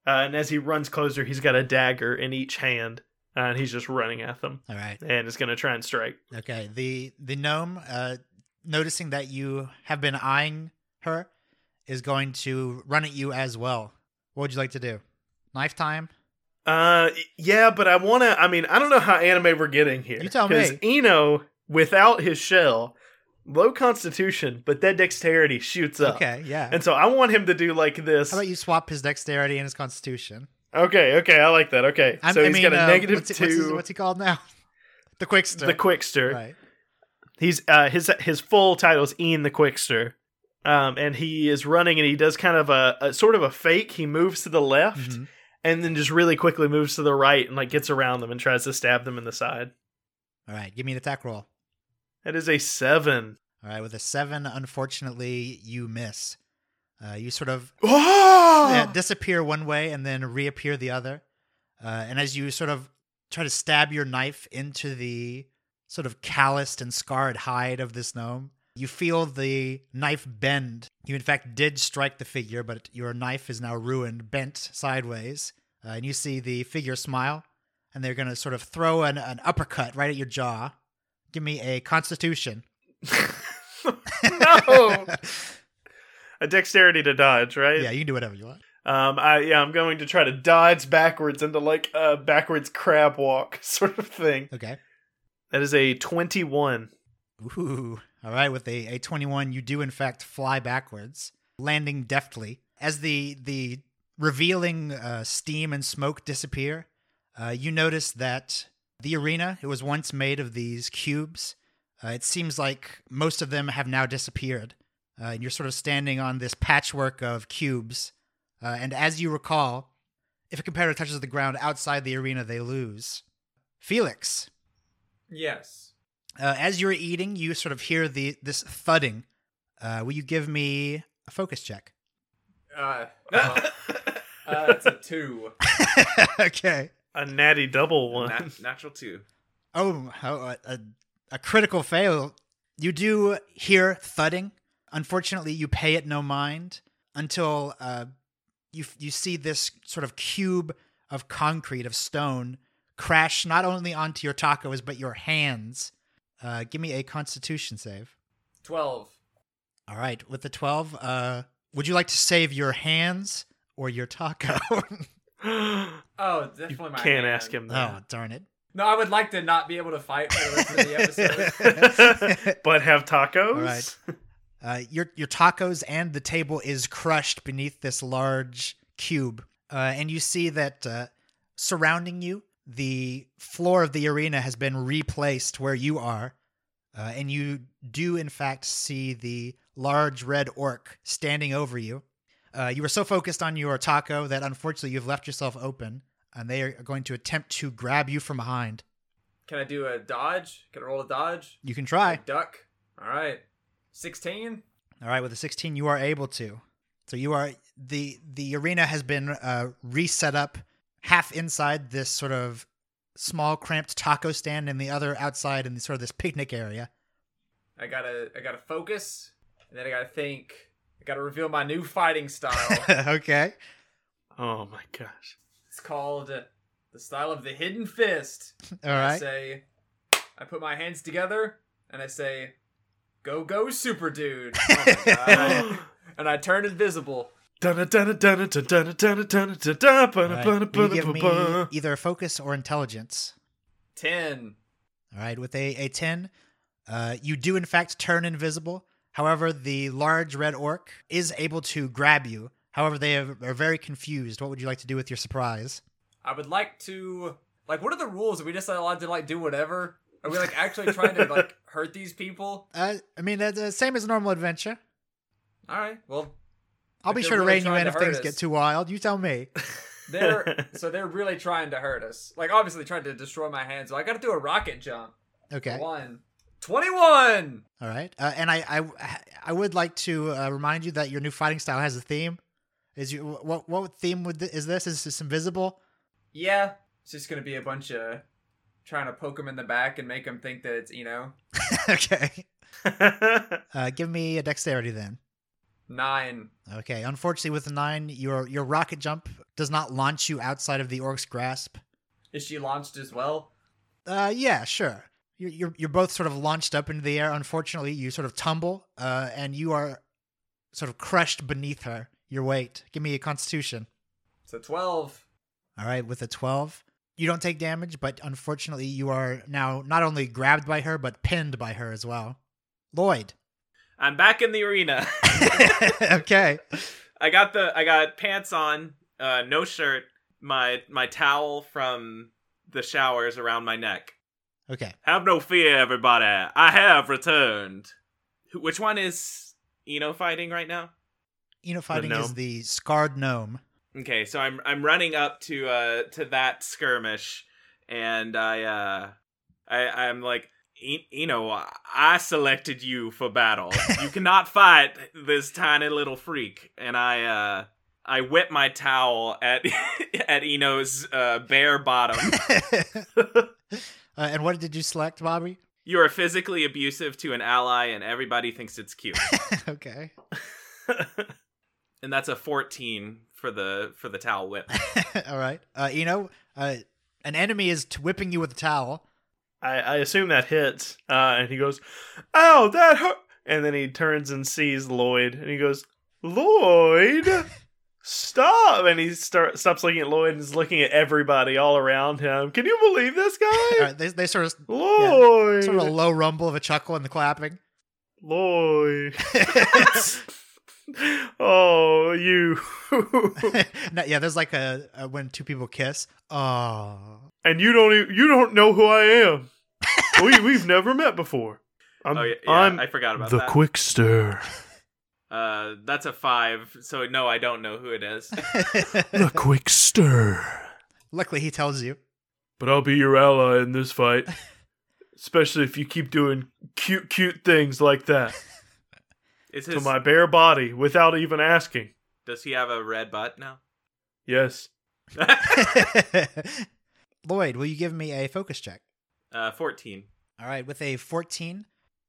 uh, and as he runs closer, he's got a dagger in each hand, uh, and he's just running at them,
All right.
and is going to try and strike.
Okay. The the gnome, uh, noticing that you have been eyeing her, is going to run at you as well. What would you like to do? Knife time.
Uh, yeah, but I want to. I mean, I don't know how anime we're getting here.
You tell
'Cause
me.
Eno, without his shell, low constitution, but that dexterity shoots up.
Okay. Yeah.
And so I want him to do like this.
How about you swap his dexterity and his constitution?
Okay, okay, I like that. Okay,
I'm-
so he's got a
uh,
negative
what's, he-
two.
What's, his- what's he called now? The quickster.
the Quickster.
Right.
He's uh his his full title is Ian the Quickster. Um, and he is running, and he does kind of a, a sort of a fake. He moves to the left,
Mhm.
and then just really quickly moves to the right, and like gets around them and tries to stab them in the side.
All right. Give me an attack roll.
That is a seven.
All right. With a seven, unfortunately, you miss. Uh, you sort of
Oh!
yeah, disappear one way and then reappear the other. Uh, and as you sort of try to stab your knife into the sort of calloused and scarred hide of this gnome, you feel the knife bend. You, in fact, did strike the figure, but your knife is now ruined, bent sideways. Uh, and you see the figure smile, and they're going to sort of throw an, an uppercut right at your jaw. Give me a constitution.
no, a dexterity to dodge, right?
yeah, you can do whatever you want.
Um, I yeah, I'm going to try to dodge backwards into like a backwards crab walk sort of thing.
Okay.
That is a 21.
Ooh. All right, with a, a 21, you do in fact fly backwards, landing deftly. As the the revealing uh, steam and smoke disappear, uh, you notice that the arena, it was once made of these cubes. Uh, it seems like most of them have now disappeared. Uh, and you're sort of standing on this patchwork of cubes. Uh, and as you recall, if a competitor touches the ground outside the arena, they lose. Felix,
Yes.
uh, as you're eating, you sort of hear the this thudding. Uh, will you give me a focus check?
uh-huh. Uh, well, uh, it's a two.
okay.
a natty double one.
Nat- natural two.
Oh, oh, a, a critical fail. You do hear thudding. Unfortunately, you pay it no mind until uh, you you see this sort of cube of concrete of stone crash not only onto your tacos but your hands. Uh, give me a Constitution save.
Twelve.
All right, with the twelve, uh, would you like to save your hands or your taco?
Oh, definitely
you
my.
can't
hand.
ask him
oh,
that.
darn it!
No, I would like to not be able to fight for the rest of the episode.
but have tacos?
All right. Uh, your your tacos and the table is crushed beneath this large cube, uh, and you see that uh, surrounding you, the floor of the arena has been replaced where you are, uh, and you do in fact see the large red orc standing over you. Uh, you were so focused on your taco that unfortunately you've left yourself open, and they are going to attempt to grab you from behind.
Can I do a dodge? Can I roll a dodge?
You can try.
Duck. All right. Sixteen.
All right, with a 16, you are able to. So you are the the arena has been uh, reset up half inside this sort of small cramped taco stand, and the other outside in the, sort of this picnic area.
I gotta. I gotta focus, and then I gotta think. I gotta reveal my new fighting style.
okay.
Oh my gosh.
it's called uh, the style of the hidden fist.
All
I
right.
say, I put my hands together and I say, "Go, go, super dude!" Oh my God. and I turn invisible.
Dun dun dun dun dun dun dun dun
All right. You give me e- either focus or intelligence.
Ten.
All right, with a, a 10, uh, you do in fact turn invisible. However, the large red orc is able to grab you. However, they are are very confused. What would you like to do with your surprise?
I would like to like. What are the rules? Are we just allowed to like do whatever? Are we like actually trying to like hurt these people?
Uh, I mean, that's uh, same as normal adventure.
All right. Well,
I'll
If
be
they're
sure to
really
rein you
trying
in
to
if
hurt
things
us.
get too wild. You tell me.
they're so they're really trying to hurt us. Like obviously trying to destroy my hands. So I got to do a rocket jump.
Okay. All
One. 21!
right. Uh, and I, I, I would like to uh, remind you that your new fighting style has a theme. Is you what what theme would th- is this? Is this invisible?
Yeah, it's just gonna be a bunch of trying to poke him in the back and make him think that it's, you know,
okay. Uh, give me a dexterity then.
nine.
Okay. Unfortunately, with a nine, your your rocket jump does not launch you outside of the orc's grasp.
Is she launched as well?
Uh, yeah, sure. You're, you're you're both sort of launched up into the air. Unfortunately, you sort of tumble, uh, and you are sort of crushed beneath her. Your weight. Give me a Constitution.
So 12.
All right, with a 12. You don't take damage, but unfortunately, you are now not only grabbed by her, but pinned by her as well. Lloyd.
I'm back in the arena.
okay.
I got the I got pants on, uh, no shirt, my my towel from the showers around my neck.
Okay.
Have no fear, everybody. I have returned. Who- Which one is Eno fighting right now?
Eno fighting is
gnome.
the scarred gnome.
Okay, so I'm I'm running up to uh to that skirmish, and I uh I I'm like "E- Eno, I selected you for battle. you cannot fight this tiny little freak, and I uh I whip my towel at at Eno's uh, bare bottom.
uh, and what did you select, Bobby?
you are physically abusive to an ally, and everybody thinks it's cute.
okay.
and that's a 14 for the for the towel whip.
All right. Uh, Eno, uh, an enemy is t- whipping you with a towel.
I, I assume that hits, uh, and he goes, "Ow, that hurt!" And then he turns and sees Lloyd, and he goes, "Lloyd, stop!" And he start, stops looking at Lloyd and is looking at everybody all around him. Can you believe this
All
guy,
right, Uh, they, they sort of
Lloyd?
sort of a low rumble of a chuckle and the clapping.
Lloyd. oh, you.
No, yeah, there's like a, a when two people kiss. Oh.
and you don't even, you don't know who I am. we we've never met before. I'm
oh yeah, yeah,
I'm
I forgot about
the
that.
Quickster.
Uh, that's a five. So no, I don't know who it is.
the Quickster.
Luckily, he tells you.
But I'll be your ally in this fight. Especially if you keep doing cute, cute things like that
Is
to
his?
my bare body without even asking.
Does he have a red butt now?
Yes.
Lloyd, will you give me a focus check?
Uh, 14.
All right, with a 14,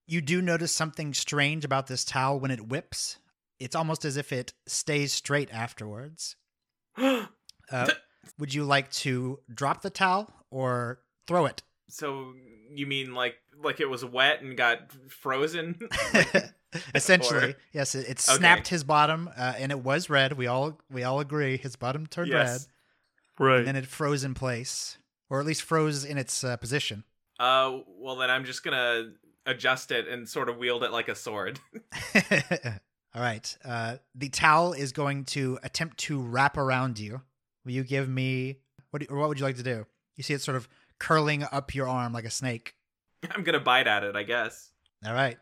you do notice something strange about this towel when it whips. It's almost as if it stays straight afterwards. Uh, would you like to drop the towel or throw it?
so you mean like like it was wet and got frozen?
Essentially,
Or-
yes, it, it
Okay.
snapped his bottom, uh, and it was red. We all we all agree his bottom turned red,
yes.
Right.
and then it froze in place, or at least froze in its uh, position.
Uh, well then I'm just gonna adjust it and sort of wield it like a sword.
all right, uh, the towel is going to attempt to wrap around you. Will you give me what? Do, or what would you like to do? You see it sort of curling up your arm like a snake.
I'm gonna bite at it, I guess.
All right,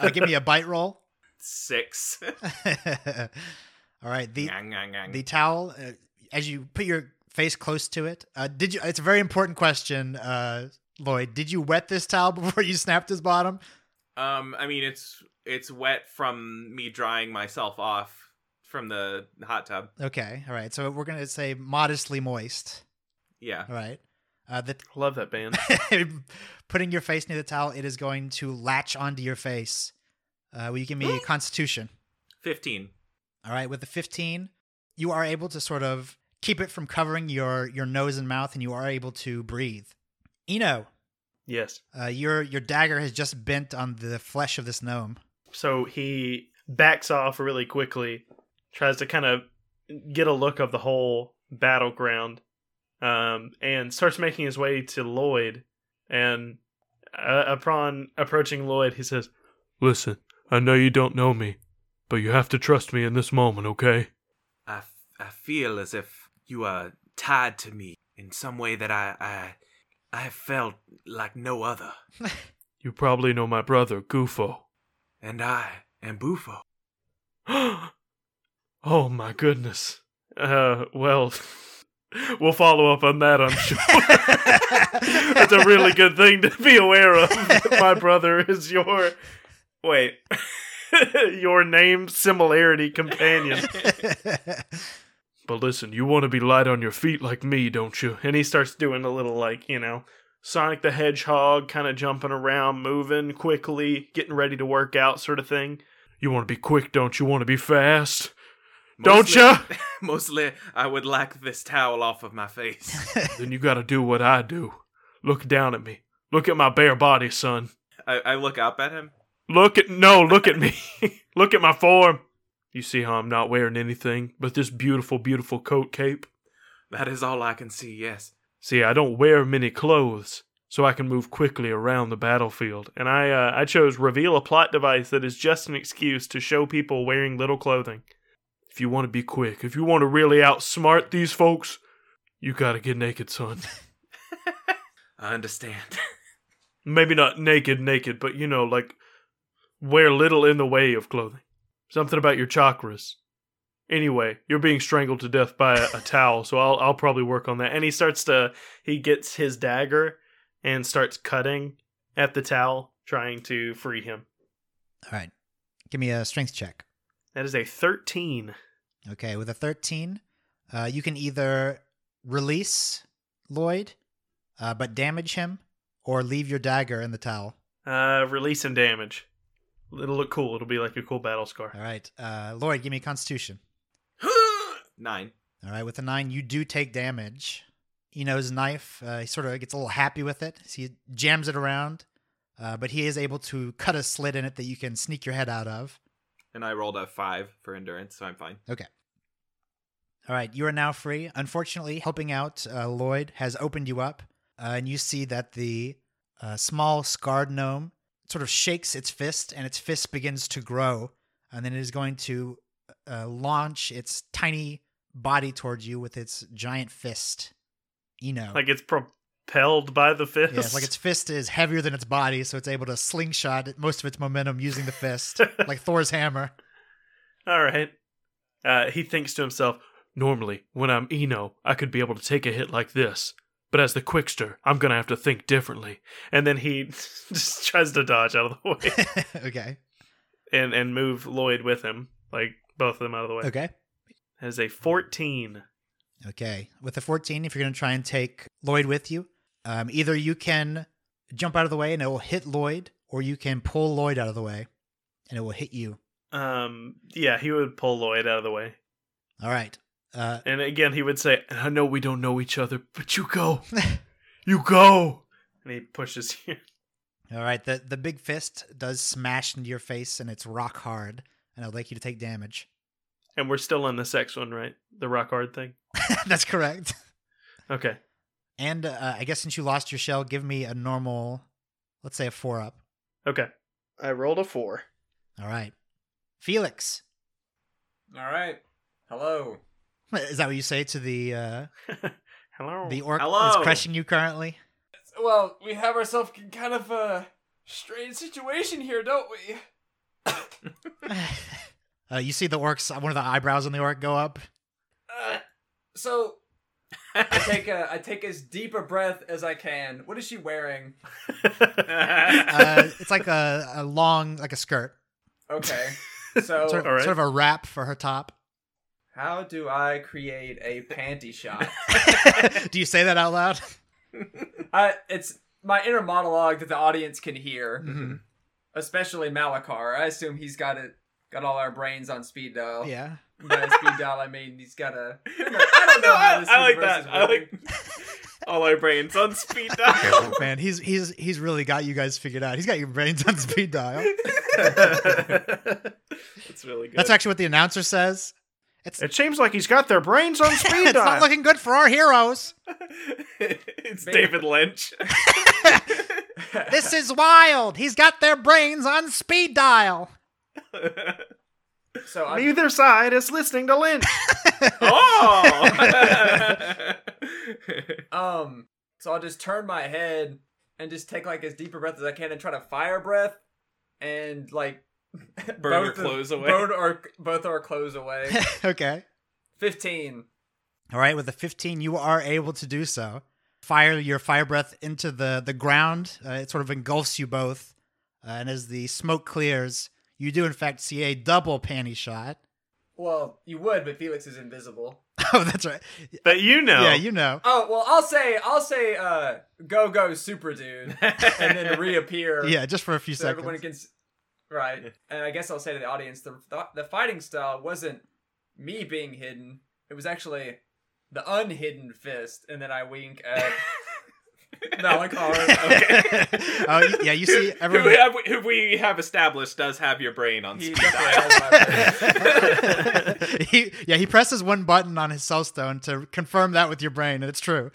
uh, give me a bite roll.
Six.
all right, the
Nyang, nyang, nyang.
the towel uh, as you put your face close to it uh, did you it's a very important question uh, lloyd did you wet this towel before you snapped his bottom
um, I mean it's it's wet from me drying myself off from the hot tub.
okay all right so we're going to say modestly moist
Yeah.
all right uh, the
Love that band.
putting your face near the towel it is going to latch onto your face uh, will you give me a constitution
Fifteen.
all right with the 15 you are able to sort of keep it from covering your your nose and mouth and you are able to breathe eno
yes.
Uh, your your dagger has just bent on the flesh of this gnome.
So he backs off really quickly, tries to kind of get a look of the whole battleground, um, and starts making his way to Lloyd. And uh, upon approaching Lloyd, he says,
Listen, I know you don't know me, but you have to trust me in this moment, okay?
I, f- I feel as if you are tied to me in some way that I I I have felt like no other.
You probably know my brother, Gufo.
And I am Bufo.
"Oh my goodness." Uh, well, we'll follow up on that, I'm sure. That's a really good thing to be aware of. My brother is your wait, your name similarity companion.
But listen, you want to be light on your feet like me, don't you?
And he starts doing a little like you know Sonic the Hedgehog kind of jumping around, moving quickly, getting ready to work out, sort of thing.
You want to be quick, don't you? Want to be fast?
Don't
Mostly-
ya?
Mostly, I would like this towel off of my face.
then you got to do what I do. Look down at me. Look at my bare body, son.
I, I look up at him.
Look at no, look at me. look at my form. You see how I'm not wearing anything but this beautiful, beautiful coat cape?
That is all I can see, yes.
See, I don't wear many clothes, so I can move quickly around the battlefield. And I, uh, I chose reveal a plot device that is just an excuse to show people wearing little clothing. If you want to be quick, if you want to really outsmart these folks, you gotta get naked, son.
I understand.
Maybe not naked, naked, but you know, like wear little in the way of clothing. Something about your chakras. Anyway, you're being strangled to death by a, a towel, so I'll I'll probably work on that. And he starts to he gets his dagger and starts cutting at the towel, trying to free him.
All right, give me a strength check.
That is a thirteen.
Okay, with a thirteen, uh, you can either release Lloyd, uh, but damage him, or leave your dagger in the towel.
Uh, release and damage.
It'll look cool. It'll be like a cool battle scar.
All right, uh, Lloyd, give me a Constitution.
Nine.
All right, with a nine, you do take damage. Eno's knife, uh, he sort of gets a little happy with it. He jams it around, uh, but he is able to cut a slit in it that you can sneak your head out of.
And I rolled a five for endurance, so I'm fine.
All right, you are now free. Unfortunately, helping out uh, Lloyd has opened you up, uh, and you see that the uh, small scarred gnome sort of shakes its fist, and its fist begins to grow, and then it is going to uh, launch its tiny body towards you with its giant fist. Eno,
Like it's propelled by the fist.
yes, like its fist is heavier than its body, so it's able to slingshot it- most of its momentum using the fist, like Thor's hammer.
all right.
Uh, he thinks to himself, normally when I'm Eno, I could be able to take a hit like this, but as the Quickster, I'm gonna have to think differently.
And then he just tries to dodge out of the way
okay,
and and move Lloyd with him, like both of them out of the way.
okay.
That is a fourteen.
Okay. With a 14, if you're going to try and take Lloyd with you. Um, either you can jump out of the way and it will hit Lloyd, or you can pull Lloyd out of the way and it will hit you.
Um, yeah, he would pull Lloyd out of the way.
All right. Uh,
And again, he would say, I know we don't know each other, but you go. you go. And he pushes you.
all right. The the big fist does smash into your face and it's rock hard, and I'd like you to take damage.
And we're still on the sex one, right? The rock hard thing.
That's correct.
Okay.
And uh, I guess since you lost your shell, give me a normal, let's say a four up.
Okay. I rolled a four.
All right. Felix,
All right. Hello.
is that what you say to the uh,
Oh, Hello.
the orc that's
Hello.
crushing you currently?
Well, we have ourselves in kind of a strange situation here, don't we?
uh, you see the orcs, one of the eyebrows on the orc go up.
Uh, so I take a I take as deep a breath as I can. What is she wearing?
Uh, it's like a, a long, like a skirt,
Okay. So
sort of,
all right.
sort of a wrap for her top.
how do I create a panty shot?
Do you say that out loud?
I, Uh, it's my inner monologue that the audience can hear,
Mm-hmm.
Mhm.
especially Malakar. I assume he's got it got all our brains on speed dial.
Yeah.
By speed dial I mean he's got a I don't know how this
I like
universe
that.
is
I like
working.
all our brains on speed dial.
Oh, Man, he's he's he's really got you guys figured out. He's got your brains on speed dial.
That's really good.
That's actually what the announcer says.
It seems like he's got their brains on speed
it's not
dial.
looking good for our heroes.
it's David Lynch.
This is wild. He's got their brains on speed dial.
So I
Neither side is listening to Lynch.
oh.
Um, so I'll just turn my head and just take like as deep a breath as I can and try to fire breath and like
Burn our clothes away.
Burn our both our clothes away.
okay.
Fifteen.
All right, with a 15, you are able to do so. Fire your fire breath into the the ground. Uh, it sort of engulfs you both, uh, and as the smoke clears, you do in fact see a double panty shot.
Well, you would, but Felix is invisible.
Oh, that's right.
But you know.
Yeah, you know.
Oh well, I'll say I'll say uh go go super dude and then reappear.
Yeah, just for a few
so everyone
seconds.
can. s- Right, and I guess I'll say to the audience the the, the fighting style wasn't me being hidden. It was actually the unhidden fist, and then I wink at Malakar.
oh, y- yeah, you see
who,
everyone.
have, who we have established does have your brain on
He
speed
definitely
dial.
has my brain.
he, yeah, he presses one button on his cell stone to confirm that with your brain, and it's true.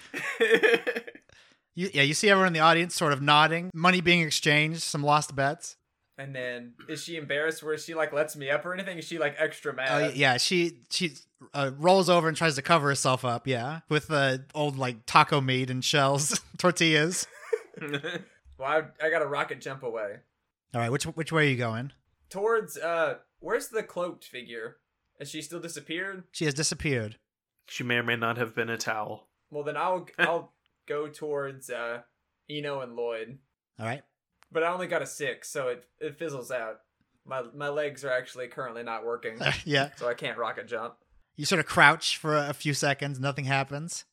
You, yeah, you see everyone in the audience sort of nodding, money being exchanged, some lost bets.
And then is she embarrassed where she like lets me up or anything? Is she like extra mad?
Uh, yeah, she she uh, rolls over and tries to cover herself up. Yeah, with uh, old like taco meat and shells, tortillas.
Well, I, I got a rocket jump away
All right, which which way are you going?
towards uh where's the cloaked figure? Is she still disappeared?
She has disappeared.
She may or may not have been a towel.
Well then I'll I'll go towards uh Eno and Lloyd.
All right,
But I only got a six, so it it fizzles out. My my legs are actually currently not working,
yeah.
so I can't rocket jump.
You sort of crouch for a few seconds. Nothing happens.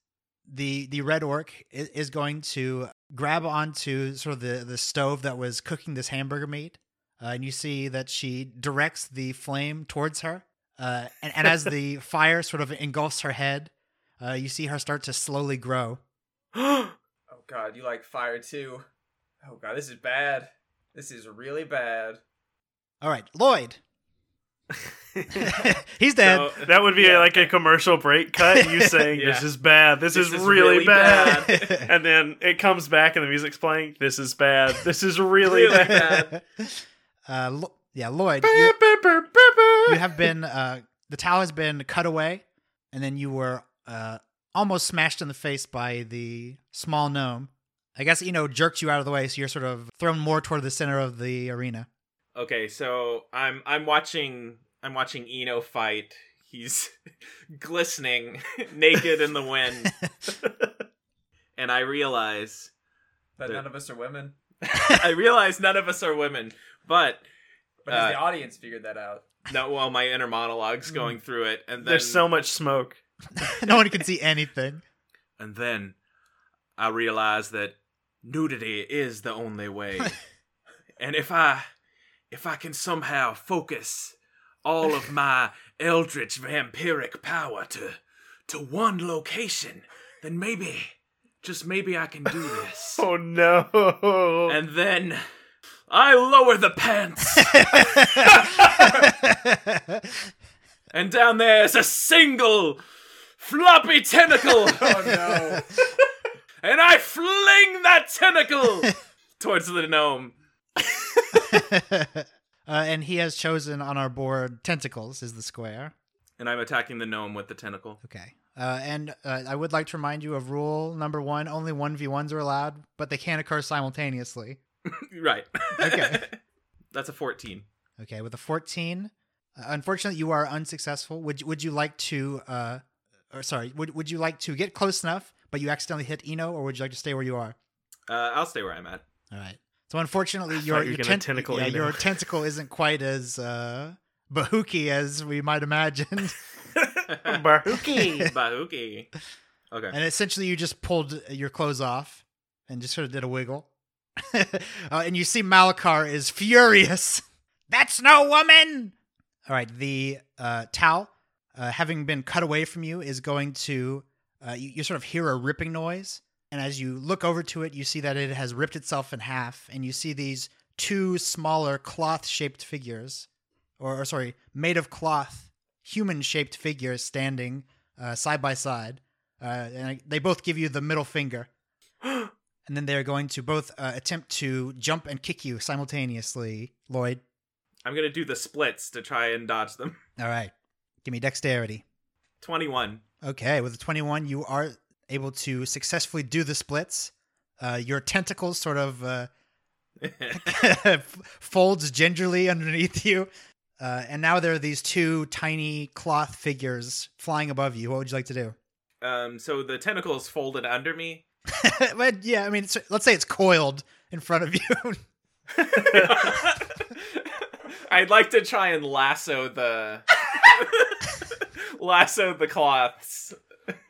The the red orc is, is going to grab onto sort of the the stove that was cooking this hamburger meat, uh, and you see that she directs the flame towards her. Uh, and, and as the fire sort of engulfs her head, uh, you see her start to slowly grow.
Oh god, you like fire too. Oh god, this is bad. This is really bad.
All right, Lloyd. He's dead.
So-
That would be
Yeah.
like a commercial break cut. You saying this
Yeah.
is bad. This,
This
is,
is
really,
really
bad.
bad.
and then it comes back and the music's playing. This is bad. This is really,
Really
bad.
bad.
uh, Lo- yeah, Lloyd. You, you have been uh, the towel has been cut away, and then you were uh, almost smashed in the face by the small gnome. I guess you know jerked you out of the way, so you're sort of thrown more toward the center of the arena.
okay, so I'm I'm watching I'm watching Eno fight. He's glistening, naked in the wind, and I realize
But
The-
none of us are women.
I realize none of us are women, but
But has
Uh,
the audience figured that out?
no. Well, my inner monologue's
Mm.
going through it, and then
There's so much smoke.
no one can see anything.
and then I realized that nudity is the only way. and if I if I can somehow focus all of my eldritch vampiric power to to one location, then maybe just maybe I can do this.
Oh no!
and then I lower the pants. and down there's a single floppy tentacle.
Oh no.
and I fling that tentacle towards the gnome.
uh, and he has chosen on our board tentacles is the square.
And I'm attacking the gnome with the tentacle.
Okay. Uh, and uh, I would like to remind you of rule number one: only one v ones are allowed, but they can't occur simultaneously.
Right.
Okay.
That's a 14.
Okay, with a fourteen, uh, unfortunately, you are unsuccessful. Would you- would you like to? Uh, or sorry, would would you like to get close enough, but you accidentally hit Eno, or would you like to stay where you are?
Uh, I'll stay where I'm at.
All right. So unfortunately,
I thought
your
you were
your,
gonna
ten-
tentacle
yeah,
Eno.
your tentacle isn't quite as uh, bahooky as we might imagine.
Baruki.
Bahuki. Okay.
And essentially, you just pulled your clothes off and just sort of did a wiggle. uh, and you see Malakar is furious. That's no woman. All right, the uh, towel, uh, having been cut away from you, is going to. Uh, you, you sort of hear a ripping noise, and as you look over to it, you see that it has ripped itself in half, and you see these two smaller cloth-shaped figures, or, or sorry, made of cloth, human-shaped figures standing uh, side by side uh, and I- they both give you the middle finger. and then they're going to both uh, attempt to jump and kick you simultaneously, Lloyd.
I'm going to do the splits to try and dodge them.
All right. Give me dexterity.
21.
Okay, with a 21, you are able to successfully do the splits. Uh, your tentacles sort of uh, folds gingerly underneath you. Uh, and now there are these two tiny cloth figures flying above you. What would you like to do?
um, so the tentacles folded under me.
but yeah, I mean, it's, let's say it's coiled in front of you.
I'd like to try and lasso the lasso the cloths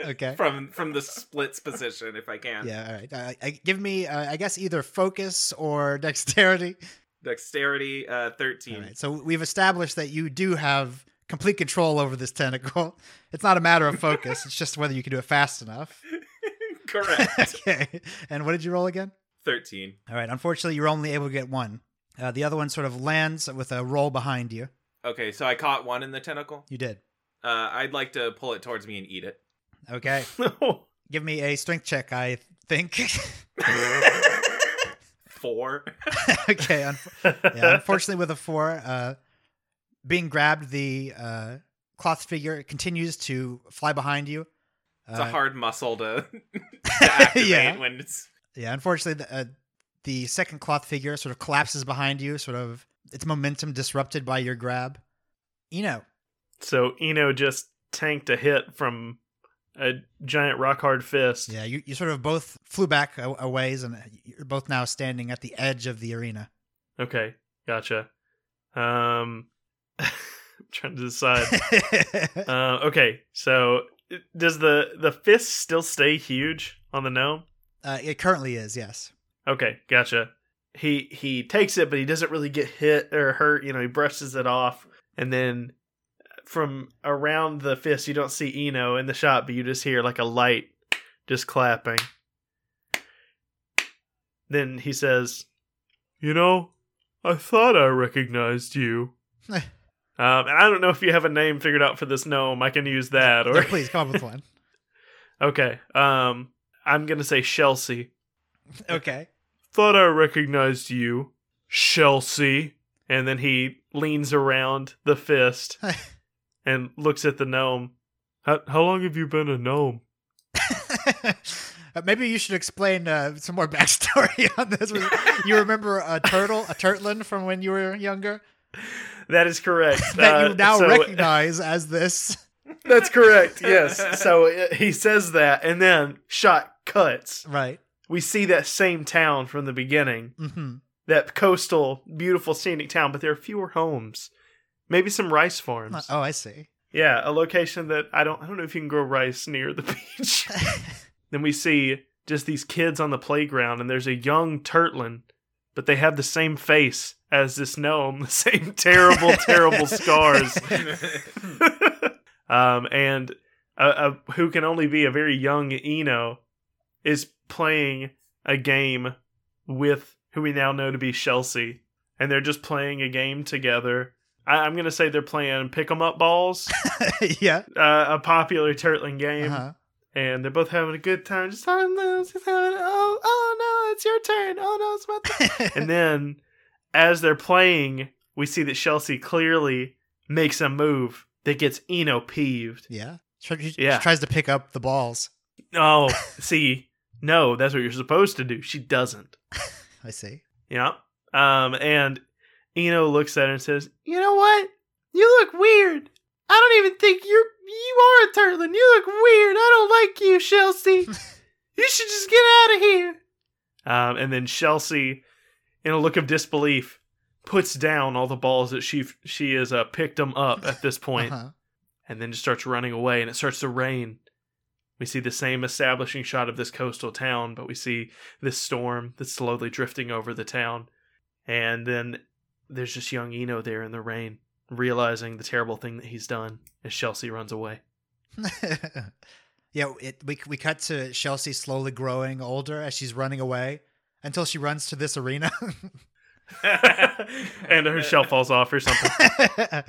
okay.
from from the splits position if I can.
Yeah, all right. Uh, I, give me, uh, I guess, either focus or dexterity.
Dexterity uh,
All
thirteen.
right. So we've established that you do have complete control over this tentacle. It's not a matter of focus; it's just whether you can do it fast enough.
Correct.
okay. And what did you roll again?
Thirteen.
All right. Unfortunately, you're only able to get one. Uh, the other one sort of lands with a roll behind you.
Okay, so I caught one in the tentacle.
You did.
Uh, I'd like to pull it towards me and eat it.
Okay. Give me a strength check. I think.
Four.
okay. Un- yeah, unfortunately, with a four, uh, being grabbed, the uh, cloth figure continues to fly behind you. Uh,
It's a hard muscle to, to activate
Yeah.
when it's
yeah, unfortunately, the, uh, the second cloth figure sort of collapses behind you, sort of its momentum disrupted by your grab. Eno,
so Eno just tanked a hit from a giant rock hard fist.
yeah, you, you sort of both flew back a, a ways, and you're both now standing at the edge of the arena.
Okay, gotcha. Um, trying to decide. uh, okay, so does the the fist still stay huge on the gnome?
uh, it currently is, yes.
Okay, gotcha. He he takes it, but he doesn't really get hit or hurt. You know, he brushes it off, and then uh, from around the fist, you don't see Eno in the shot, but you just hear like a light just clapping. Then he says, "You know, I thought I recognized you." um, and I don't know if you have a name figured out for this gnome. I can use that,
Yeah,
or
please come up with one.
okay. Um, I'm gonna say Chelsea.
okay.
Thought I recognized you, Chelsea. And then he leans around the fist and looks at the gnome. How, how long have you been a gnome?
Uh, Maybe you should explain uh, some more backstory on this. Was- You remember a turtle, a turtlin from when you were younger
That is correct.
that
Uh,
you now
so-
recognize as this.
That's correct. Yes. so uh, he says that, and then shot cuts.
Right.
We see that same town from the beginning,
hmm
that coastal, beautiful, scenic town, but there are fewer homes. Maybe some rice farms.
Oh, I see.
Yeah, a location that I don't I don't know if you can grow rice near the beach. then we see just these kids on the playground, and there's a young turtlin, but they have the same face as this gnome, the same terrible, terrible scars. um, and uh, uh, who can only be a very young Eno is playing a game with who we now know to be Chelsea, and they're just playing a game together. I- I'm gonna say they're playing pick 'em up balls,
yeah.
uh, a popular turtling game,
Uh-huh.
and they're both having a good time. Just having this, just having oh, oh no, it's your turn. Oh no, it's my turn and then as they're playing, we see that Chelsea clearly makes a move that gets Eno peeved.
yeah. She, she-
Yeah.
she tries to pick up the balls.
Oh, see, no, that's what you're supposed to do. She doesn't.
I see.
Yeah. Um, and Eno looks at her and says, You know what? You look weird. I don't even think you're you are a turtlin. You look weird. I don't like you, Chelsea. you should just get out of here. Um, and then Chelsea, in a look of disbelief, puts down all the balls that she she has uh, picked them up at this point,
Uh-huh.
and then just starts running away. And it starts to rain. We see the same establishing shot of this coastal town, but we see this storm that's slowly drifting over the town. And then there's just young Eno there in the rain, realizing the terrible thing that he's done as Chelsea runs away.
yeah, it, we we cut to Chelsea slowly growing older as she's running away until she runs to this arena.
and her shell falls off or something.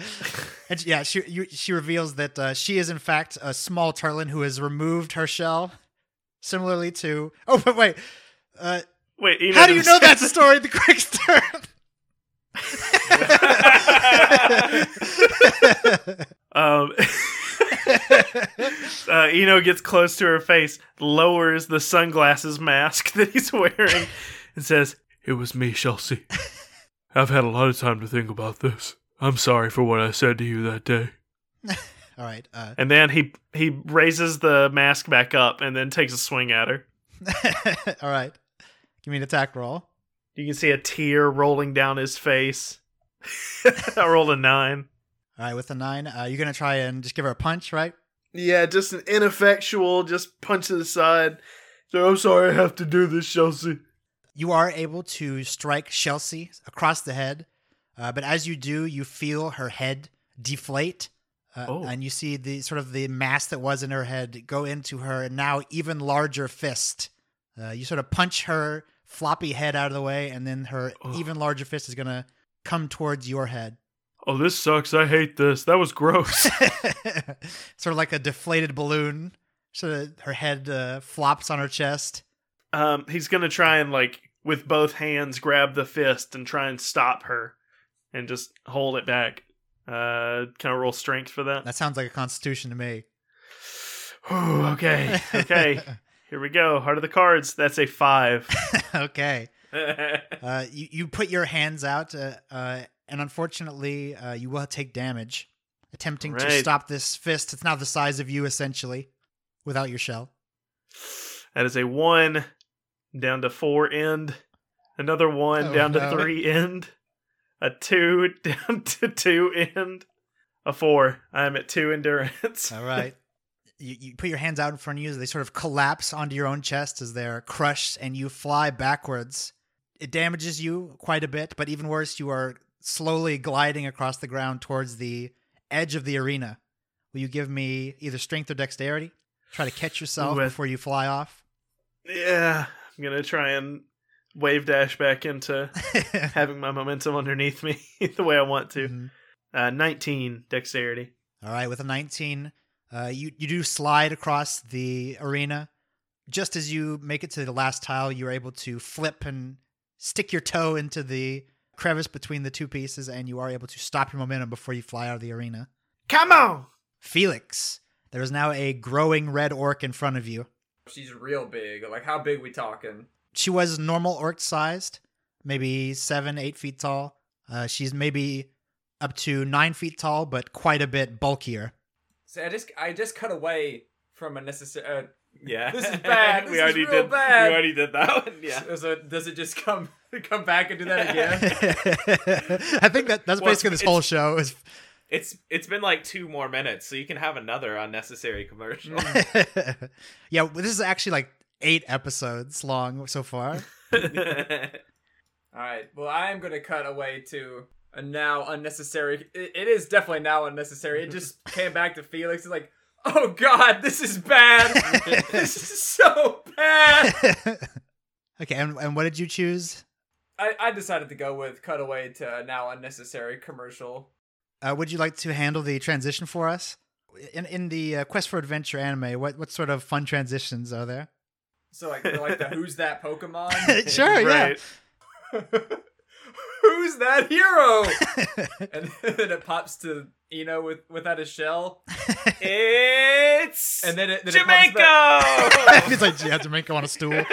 and yeah, she you, she reveals that uh, she is in fact a small turtlin who has removed her shell, similarly to. Oh, but wait, uh,
Wait, Eno
how do you know
doesn't
that
say-
story? The quickster.
Um, uh, Eno gets close to her face, lowers the sunglasses mask that he's wearing, and says,
It was me, Chelsea. I've had a lot of time to think about this. I'm sorry for what I said to you that day.
All right. Uh,
and then he he raises the mask back up and then takes a swing at her.
all right. Give me an attack roll.
You can see a tear rolling down his face. I rolled a nine.
All right, with a nine, uh, you're gonna try and just give her a punch, right?
Yeah, just an ineffectual, just punch to the side. So I'm sorry I have to do this, Chelsea.
You are able to strike Chelsea across the head, uh, but as you do, you feel her head deflate, uh,
Oh.
and you see the sort of the mass that was in her head go into her now even larger fist. Uh, you sort of punch her floppy head out of the way, and then her
Ugh.
even larger fist is gonna come towards your head,
Oh, this sucks. I hate this. That was gross.
sort of like a deflated balloon. Sort of her head uh, flops on her chest.
um, he's gonna try and like with both hands grab the fist and try and stop her, and just hold it back. Uh, kind of roll strength for that.
That sounds like a constitution to me.
Whew, okay, okay. Here we go. Heart of the cards. That's a five.
okay. Uh, you, you put your hands out, uh, uh, and unfortunately, uh, you will take damage attempting to
Right.
stop this fist. It's now the size of you, essentially, without your shell.
That is a one down to four end. Another one
Oh,
down
no.
to three end. A two down to two end. A four. I'm at two endurance.
All right. you, you put your hands out in front of you. They sort of collapse onto your own chest as they're crushed, and you fly backwards. It damages you quite a bit, but even worse, you are slowly gliding across the ground towards the edge of the arena. Will you give me either strength or dexterity? Try to catch yourself
With-
before you fly off.
Yeah. I'm gonna try and wave dash back into having my momentum underneath me the way I want to.
Mhm.
Uh, 19 dexterity.
All right, with a 19, uh, you, you do slide across the arena. Just as you make it to the last tile, you're able to flip and stick your toe into the crevice between the two pieces, and you are able to stop your momentum before you fly out of the arena.
Come on.
Felix, there is now a growing red orc in front of you.
She's real big. Like, how big we talking?
She was normal orc sized, maybe seven, eight feet tall. Uh, she's maybe up to nine feet tall, but quite a bit bulkier.
See, I just I just cut away from a necessary. Uh,
yeah.
This is bad.
we
This is
already
real
did.
bad.
We already did that one. Yeah.
does, it, does it just come come back and do that again?
I think that that's
Well,
basically this
it's-
whole show is.
It's it's been like two more minutes, so you can have another unnecessary commercial.
yeah, well, this is actually like eight episodes long so far.
All right. Well, I am going to cut away to a now unnecessary. It, it is definitely now unnecessary. It just came back to Felix. It's like, oh God, this is bad. this is so bad.
okay, and, and what did you choose?
I, I decided to go with cutaway to a now unnecessary commercial.
Uh, would you like to handle the transition for us? In in the uh, Quest for Adventure anime, what what sort of fun transitions are there?
So like like the who's that Pokemon?
sure, yeah.
who's that hero? and then it pops to Eno with without a shell,
it's
and then it then It pops back-
Jamaica.
He's like, yeah, Jamaica on a stool.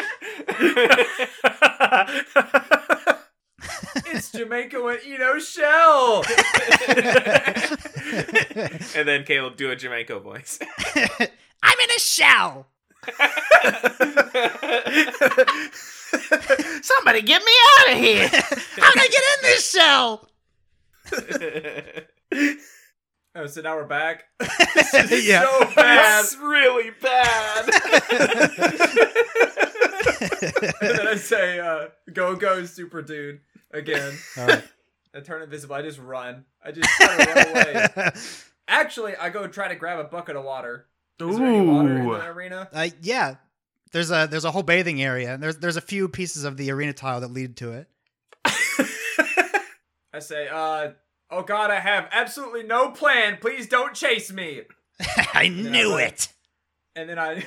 it's Jamaica with Eno's shell.
and then Caleb do a Jamaica voice.
I'm in a shell. Somebody get me out of here. How can I get in this shell?
oh, so now we're back.
yeah.
So bad.
That's really bad.
and then I say, uh, "Go go, super dude!" Again.
All right.
I turn invisible. I just run. I just try to run away. Actually, I go try to grab a bucket of water. Is there any water in
Ooh.
the arena?
Uh, yeah, there's a there's a whole bathing area, and there's there's a few pieces of the arena tile that lead to it.
I say, uh, "Oh God, I have absolutely no plan. Please don't chase me."
I knew it.
And then I,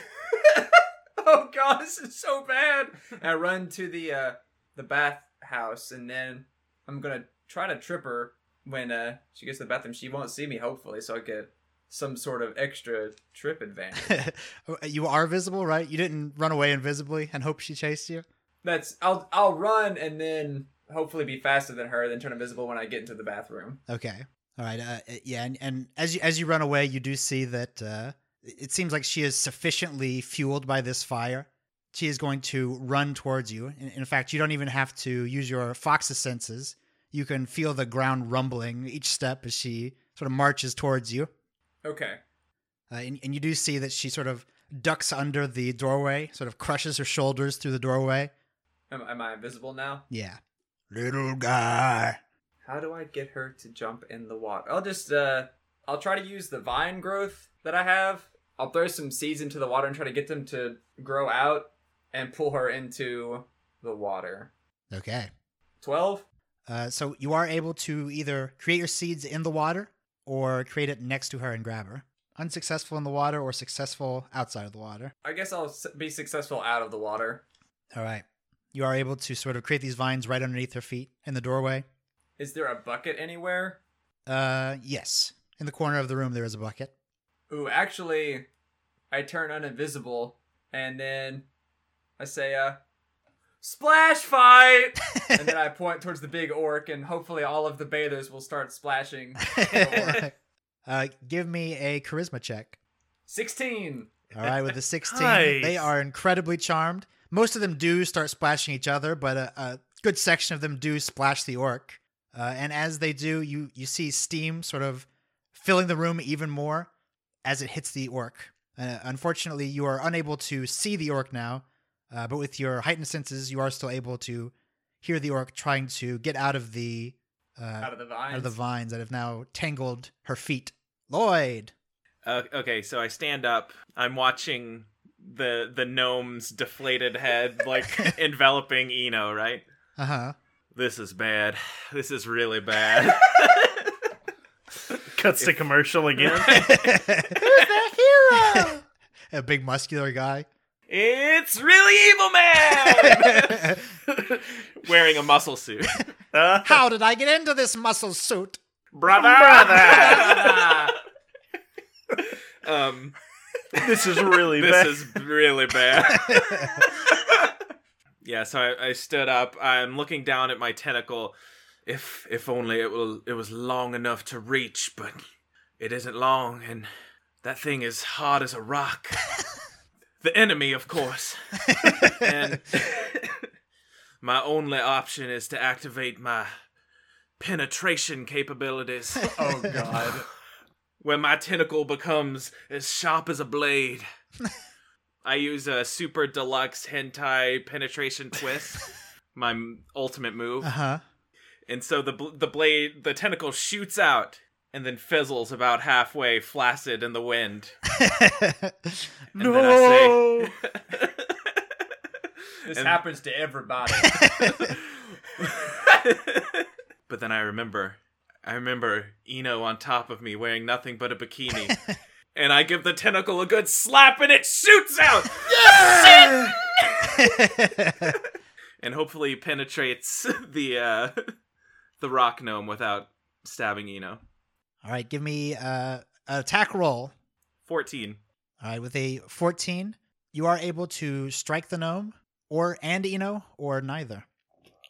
oh God, this is so bad. And I run to the uh, the bathhouse, and then I'm gonna try to trip her when uh, she gets to the bathroom. She won't see me, hopefully, so I get some sort of extra trip advantage.
Oh, you are visible, right? You didn't run away invisibly and hope she chased you.
That's I'll I'll run and then hopefully be faster than her, then turn invisible when I get into the bathroom.
Okay. All right. Uh, yeah, and, and as you as you run away, you do see that uh, it seems like she is sufficiently fueled by this fire. She is going to run towards you. In, in fact, you don't even have to use your fox's senses. You can feel the ground rumbling each step as she sort of marches towards you.
Okay.
Uh, and, and you do see that she sort of ducks under the doorway, sort of crushes her shoulders through the doorway.
Am, am I invisible now?
Yeah. Little guy.
How do I get her to jump in the water? I'll just uh I'll try to use the vine growth that I have. I'll throw some seeds into the water and try to get them to grow out and pull her into the water.
Okay.
Twelve?
Uh, so you are able to either create your seeds in the water or create it next to her and grab her. Unsuccessful in the water or successful outside of the water.
I guess I'll s- be successful out of the water.
All right. You are able to sort of create these vines right underneath her feet in the doorway.
Is there a bucket anywhere?
Uh, yes. In the corner of the room, there is a bucket.
Ooh, actually, I turn uninvisible and then I say, uh, splash fight! and then I point towards the big orc, and hopefully all of the bathers will start splashing.
uh, give me a charisma check.
16!
All right, with the 16,
Nice.
they are incredibly charmed. Most of them do start splashing each other, but a, a good section of them do splash the orc. Uh, and as they do, you, you see steam sort of filling the room even more as it hits the orc. Uh, unfortunately, you are unable to see the orc now, uh, but with your heightened senses, you are still able to hear the orc trying to get out of the uh,
Out of the vines.
out of the vines that have now tangled her feet. Lloyd.
Uh, okay, so I stand up. I'm watching the the gnome's deflated head like enveloping Eno, right?
Uh huh.
This is bad. This is really bad.
Cuts to commercial again.
a big muscular guy.
it's really evil man wearing a muscle suit.
Uh,
How did I get into this muscle suit?
brother,
Um
this is really
this
bad.
is really bad. yeah, so I, I stood up. I'm looking down at my tentacle. If if only it will it was long enough to reach, but it isn't long, and that thing is hard as a rock. the enemy, of course. and my only option is to activate my penetration capabilities
Oh, God.
where my tentacle becomes as sharp as a blade I use a super deluxe hentai penetration twist, my m- ultimate move,
Uh huh.
and so the bl- the blade, the tentacle shoots out and then fizzles about halfway, flaccid in the wind. And then I say,
Oh.
This
And-
happens to everybody.
but then I remember, I remember Eno on top of me wearing nothing but a bikini. And I give the tentacle a good slap and it shoots out! Shit! And hopefully penetrates the uh, the rock gnome without stabbing Eno.
All right, give me uh, an attack roll.
14.
All right, with a 14, you are able to strike the gnome or and Eno or neither.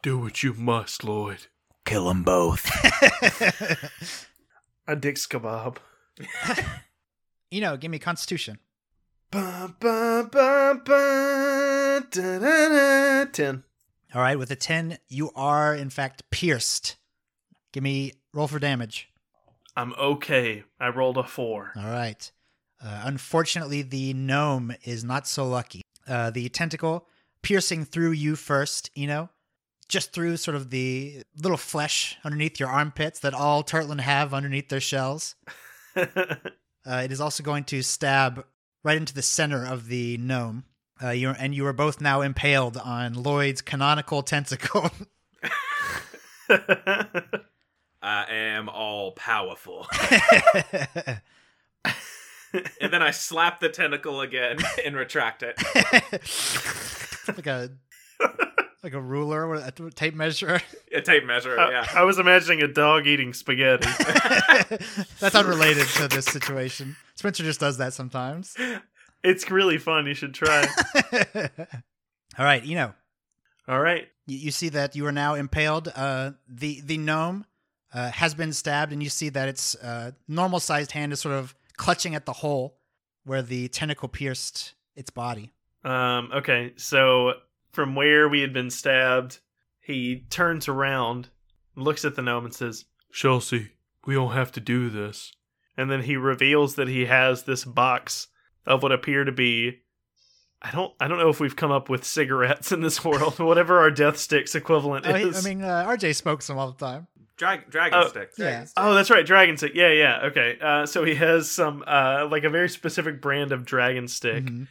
Do what you must, Lloyd.
Kill them both.
A Dick's kebab.
Eno, give me Constitution.
Ba, ba, ba, ba, da, da, da, Ten.
All right, with a 10, you are in fact pierced. Give me roll for damage.
I'm okay. I rolled a four.
All right. Uh, unfortunately, the gnome is not so lucky. Uh, the tentacle piercing through you first, Eno, just through sort of the little flesh underneath your armpits that all turtlin have underneath their shells. Uh, it is also going to stab right into the center of the gnome. Uh, you and you are both now impaled on Lloyd's canonical tentacle.
I am all powerful. and then I slap the tentacle again and retract it.
like a like a ruler or a tape measure.
A tape measure, yeah.
I was imagining a dog eating spaghetti.
That's unrelated to this situation. Spencer just does that sometimes.
it's really fun. You should try. it.
All right, you know,
All right.
you, you see that you are now impaled. Uh, the the gnome uh, has been stabbed, and you see that its uh, normal sized hand is sort of clutching at the hole where the tentacle pierced its body.
Um, okay, so from where we had been stabbed, he turns around, looks at the gnome, and says,
Chelsea, we don't have to do this.
and then he reveals that he has this box of what appear to be. I don't. I don't know if we've come up with cigarettes in this world. Whatever our death sticks equivalent
Oh, he-
is.
I mean, uh, RJ smokes them all the time.
Drag- dragon
Oh.
sticks.
Yeah.
Oh, that's right, dragon stick. Yeah, yeah. Okay. Uh, so he has some uh, like a very specific brand of dragon stick,
Mhm.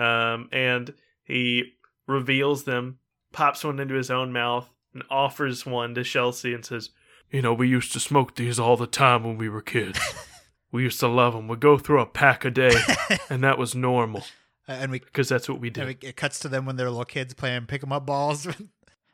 um, and he reveals them, pops one into his own mouth, and offers one to Chelsea and says,
You know, we used to smoke these all the time when we were kids. we used to love them. We'd go through a pack a day, and that was normal
Uh, and we
because that's what we did.
And it, it cuts to them when they're little kids playing pick 'em up balls in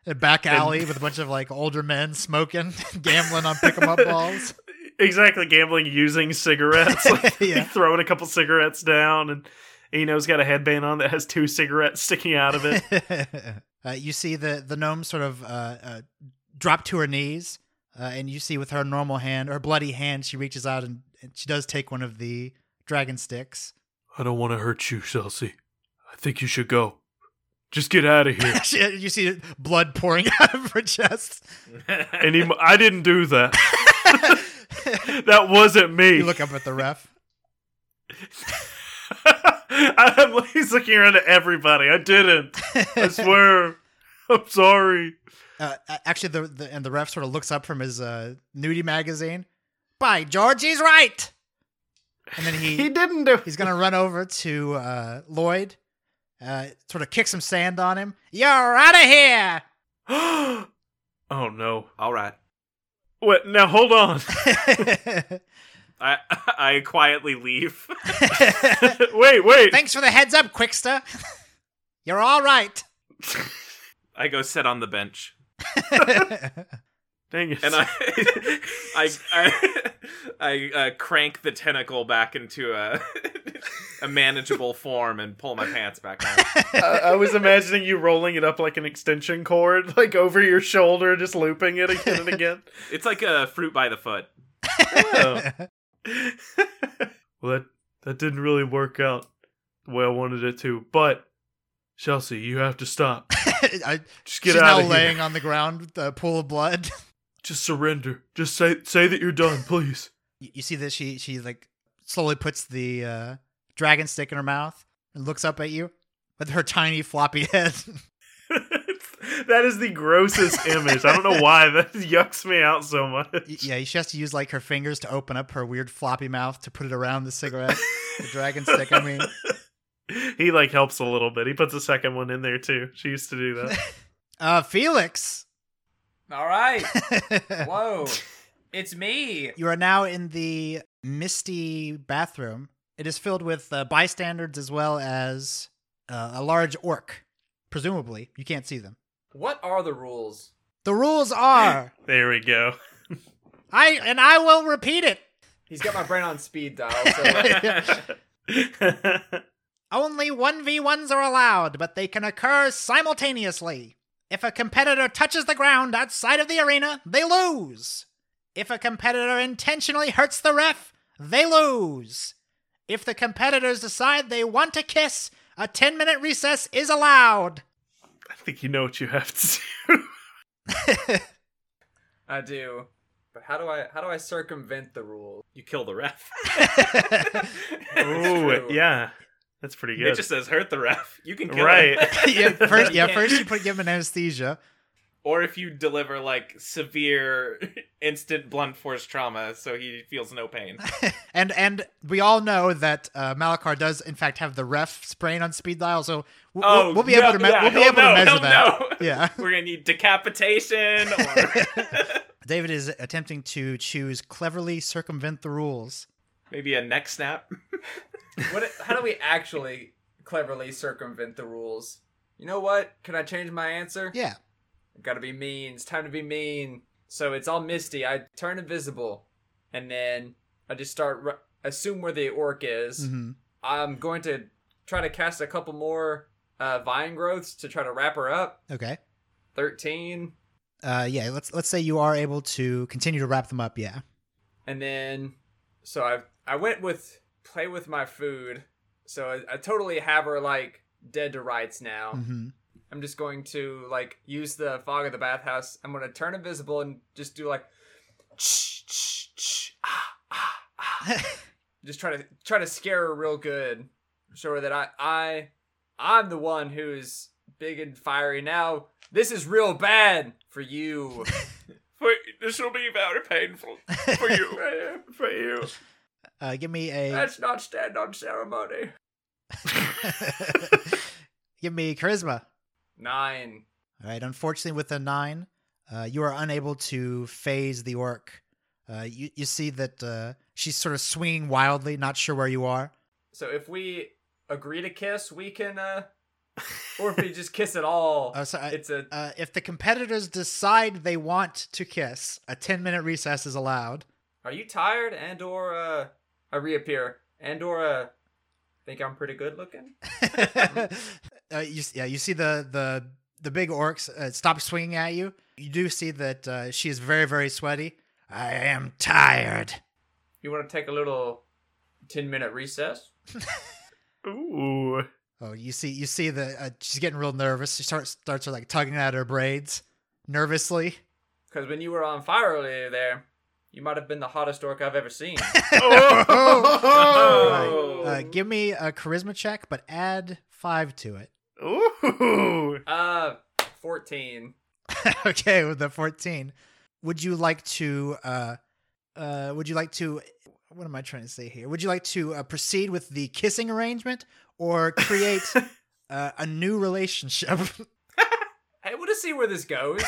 a back alley with a bunch of like older men smoking, gambling on pick 'em up balls.
exactly gambling using cigarettes. Like,
Yeah.
Throwing a couple cigarettes down, and Eno's got a headband on that has two cigarettes sticking out of it.
uh, you see the the gnome sort of uh, uh, drop to her knees, uh, and you see with her normal hand, her bloody hand, she reaches out and, and she does take one of the dragon sticks.
I don't want to hurt you, Chelsea. I think you should go. Just get out of here.
She, you see blood pouring out of her chest.
and he, I didn't do that. that wasn't me.
You look up at the ref.
I'm, like- he's looking around at everybody. I didn't. I swear. I'm sorry.
uh, a- actually the, the and the ref sort of looks up from his uh, nudie magazine. By George, he's right. And then he,
He didn't do.
he's gonna run over to uh, Lloyd, uh, sort of kick some sand on him. You're out of here.
oh no.
All right.
Wait. Now hold on.
I I quietly leave.
wait. Wait.
Thanks for the heads up, Quickster. You're all right.
I go sit on the bench.
Dang it.
And I I I, I uh, crank the tentacle back into a a manageable form and pull my pants back on.
I, I was imagining you rolling it up like an extension cord, like over your shoulder, just looping it again and again.
It's like a fruit by the foot.
Oh.
Well, that, that didn't really work out the way I wanted it to. But, Chelsea, you have to stop.
I,
Just get
she's now
out of here.
laying on the ground with a pool of blood.
Just surrender. Just say say that you're done, please.
you you see that she she like slowly puts the uh, dragon stick in her mouth and looks up at you with her tiny floppy head.
that is the grossest image. I don't know why that yucks me out so much.
yeah, she has to use like her fingers to open up her weird floppy mouth to put it around the cigarette, the dragon stick. I mean,
He like helps a little bit. He puts a second one in there too. She used to do that.
uh, Felix,
All right. Whoa. It's me.
you are now in the misty bathroom. It is filled with uh, bystanders as well as uh, a large orc. Presumably, you can't see them.
What are the rules?
The rules are
There we go.
I and I will repeat it.
He's got my brain on speed dial. So
Only 1v1s are allowed, but they can occur simultaneously. If a competitor touches the ground outside of the arena, they lose. If a competitor intentionally hurts the ref, they lose. If the competitors decide they want to kiss, a 10 minute recess is allowed.
I think you know what you have to do.
I do. But how do I how do I circumvent the rules?
You kill the ref.
Ooh,
true.
yeah. That's pretty good.
It just says hurt the ref. You can kill
right.
him.
yeah, first, yeah,
Yeah.
first you put give him an anesthesia.
Or if you deliver like severe instant blunt force trauma so he feels no pain.
And and we all know that uh, Malakar does in fact have the ref sprain on speed dial, so we'll,
Oh,
we'll be
no,
able to me-
yeah,
we'll be
he'll
able
know,
to measure
he'll
that.
know.
Yeah.
We're gonna need decapitation or
David is attempting to choose cleverly circumvent the rules.
maybe a neck snap.
What how do we actually cleverly circumvent the rules? You know what? Can I change my answer?
Yeah.
Gotta be mean. It's time to be mean. So it's all misty. I turn invisible, and then I just start ru- assume where the orc is.
Mhm.
I'm going to try to cast a couple more uh, vine growths to try to wrap her up.
Okay.
Thirteen,
Uh, yeah. Let's let's say you are able to continue to wrap them up. Yeah.
and then so I I went with play with my food. So I, I totally have her like dead to rights now.
hmm
I'm just going to like use the fog of the bathhouse. I'm gonna turn invisible and just do like, just try to try to scare her real good, show her that I I I'm the one who's big and fiery now. This is real bad for you.
For, this will be very painful for you.
for you.
Uh, give me a
Let's not stand on ceremony.
give me charisma.
Nine.
All right. Unfortunately, with a nine, uh, you are unable to phase the orc. Uh, you you see that uh, she's sort of swinging wildly, not sure where you are.
So if we agree to kiss, we can. uh Or if we just kiss at all,
Oh, sorry, I-
it's a
Uh, if the competitors decide they want to kiss, a ten minute recess is allowed.
Are you tired and or uh I reappear and or uh think I'm pretty good looking?
uh, you yeah, you see the the the big orcs uh, stop swinging at you. You do see that uh, she is very very sweaty. I am tired.
You want to take a little 10 minute recess?
Ooh.
Oh, you see you see that uh, she's getting real nervous. She starts starts like tugging at her braids nervously.
Cuz when you were on fire earlier there, you might have been the hottest orc I've ever seen.
Right. Uh, give me a charisma check, but add five to it.
Ooh.
uh 14.
okay, with the fourteen, would you like to? Uh, uh, would you like to? What am I trying to say here? Would you like to uh, proceed with the kissing arrangement or create uh, a new relationship?
Hey, we'll just see where this goes.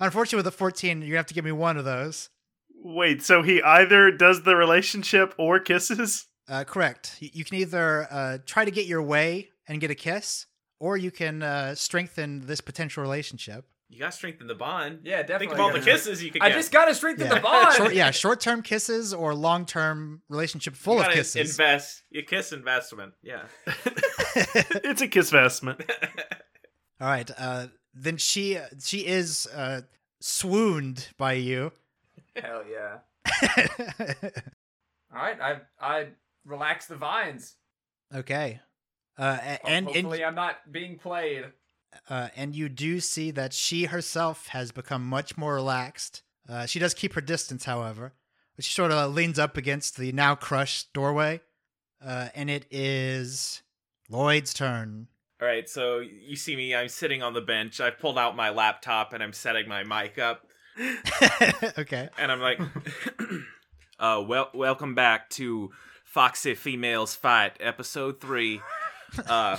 Unfortunately, with a fourteen, you have to give me one of those.
Wait, so he either does the relationship or kisses?
Uh, correct. You, you can either uh, try to get your way and get a kiss, or you can uh, strengthen this potential relationship.
You gotta strengthen the bond.
Yeah, definitely.
Think of all the
Yeah.
kisses you could
I
get.
just got to strengthen the bond.
Short, yeah, short-term kisses or long-term relationship
You
full of
gotta
kisses.
Invest. You kiss investment. Yeah.
It's a kiss vestment.
All right. Uh, then she she is uh, swooned by you.
Hell yeah.
okay.
All right, I I relax the vines.
Uh, a-
Ho-
and
hopefully
and,
I'm not being played.
uh, and you do see that she herself has become much more relaxed. Uh, she does keep her distance, however. But she sort of leans up against the now crushed doorway, uh, and it is Lloyd's turn.
All right, so you see me. I'm sitting on the bench. I've pulled out my laptop and I'm setting my mic up,
okay.
and I'm like, uh, "Well, welcome back to Foxy Females Fight, Episode Three. Uh,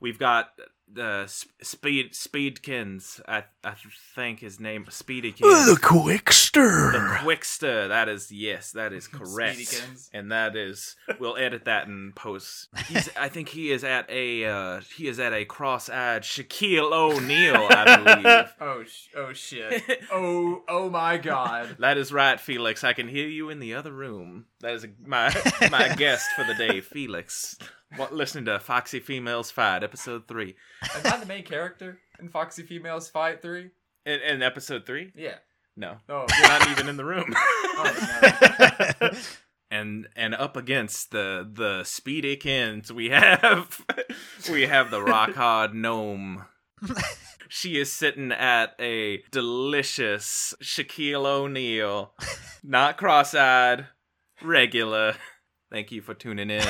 we've got uh, S- Speed Speedkins. I I think his name Speedykins. The
quickster.
Quickster. That is yes. That is correct.
Speedykins.
And that is we'll edit that in post. He's, I think he is at a uh, he is at a cross-eyed Shaquille O'Neal. I
Oh, sh- oh shit.
believe.
Oh, oh my god.
that is right, Felix. I can hear you in the other room. That is my my guest for the day, Felix. What, listening to Foxy Females Fight, episode three.
Am I the main character in Foxy Females Fight 3?
In, in episode three?
Yeah.
No,
Oh,
you're not even in the room.
oh no.
and and up against the the speedy kins we have we have the rock hard gnome she is sitting at a delicious shaquille o'neal not cross-eyed regular thank you for tuning in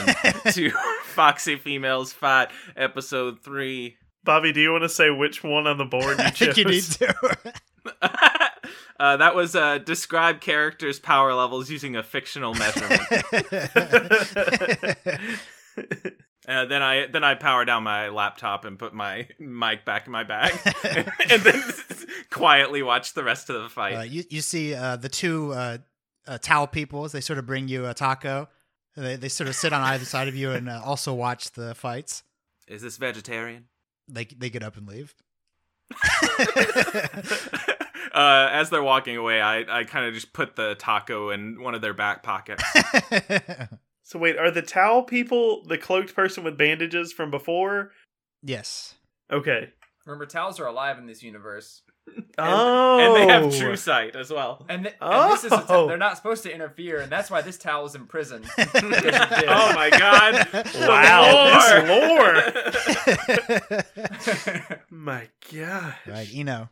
to foxy females fight episode three
Bobby, do you want to say which one on the board
I
you
think
chose?
you need to.
uh, that was uh, describe characters power levels using a fictional measurement Uh, then I then I power down my laptop and put my mic back in my bag, and then quietly watch the rest of the fight.
Uh, you you see uh, the two uh, uh, towel people as they sort of bring you a taco. They they sort of sit on either side of you and uh, also watch the fights.
Uh,
Is this vegetarian?
They they get up and leave.
uh, as they're walking away, I, I kind of just put the taco in one of their back pockets.
So wait, are the towel people the cloaked person with bandages from before?
yes.
Okay.
Remember, towels are alive in this universe.
oh,
And they have true sight as well.
And, th- and this is a
Oh.
t- they're not supposed to interfere, and that's why this towel's in prison.
Oh my god!
Wow,
The
lore.
That's
My God.
Right, Eno.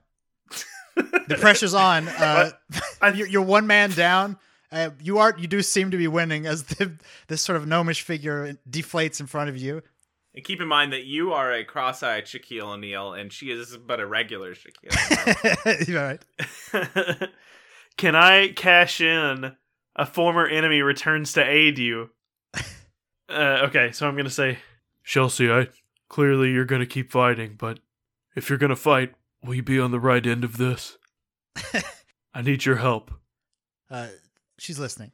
the pressure's on. Uh, you're, you're one man down. Uh, you are you do seem to be winning as the, this sort of gnomish figure deflates in front of you.
And keep in mind that you are a cross-eyed Shaquille O'Neal, and she is but a regular Shaquille. O'Neal.
You're right.
Can I cash in a former enemy returns to aid you? Uh, okay, so I'm going to say,
Chelsea, I clearly you're gonna keep fighting, but if you're gonna fight, will you be on the right end of this? I need your help.
Uh, she's listening.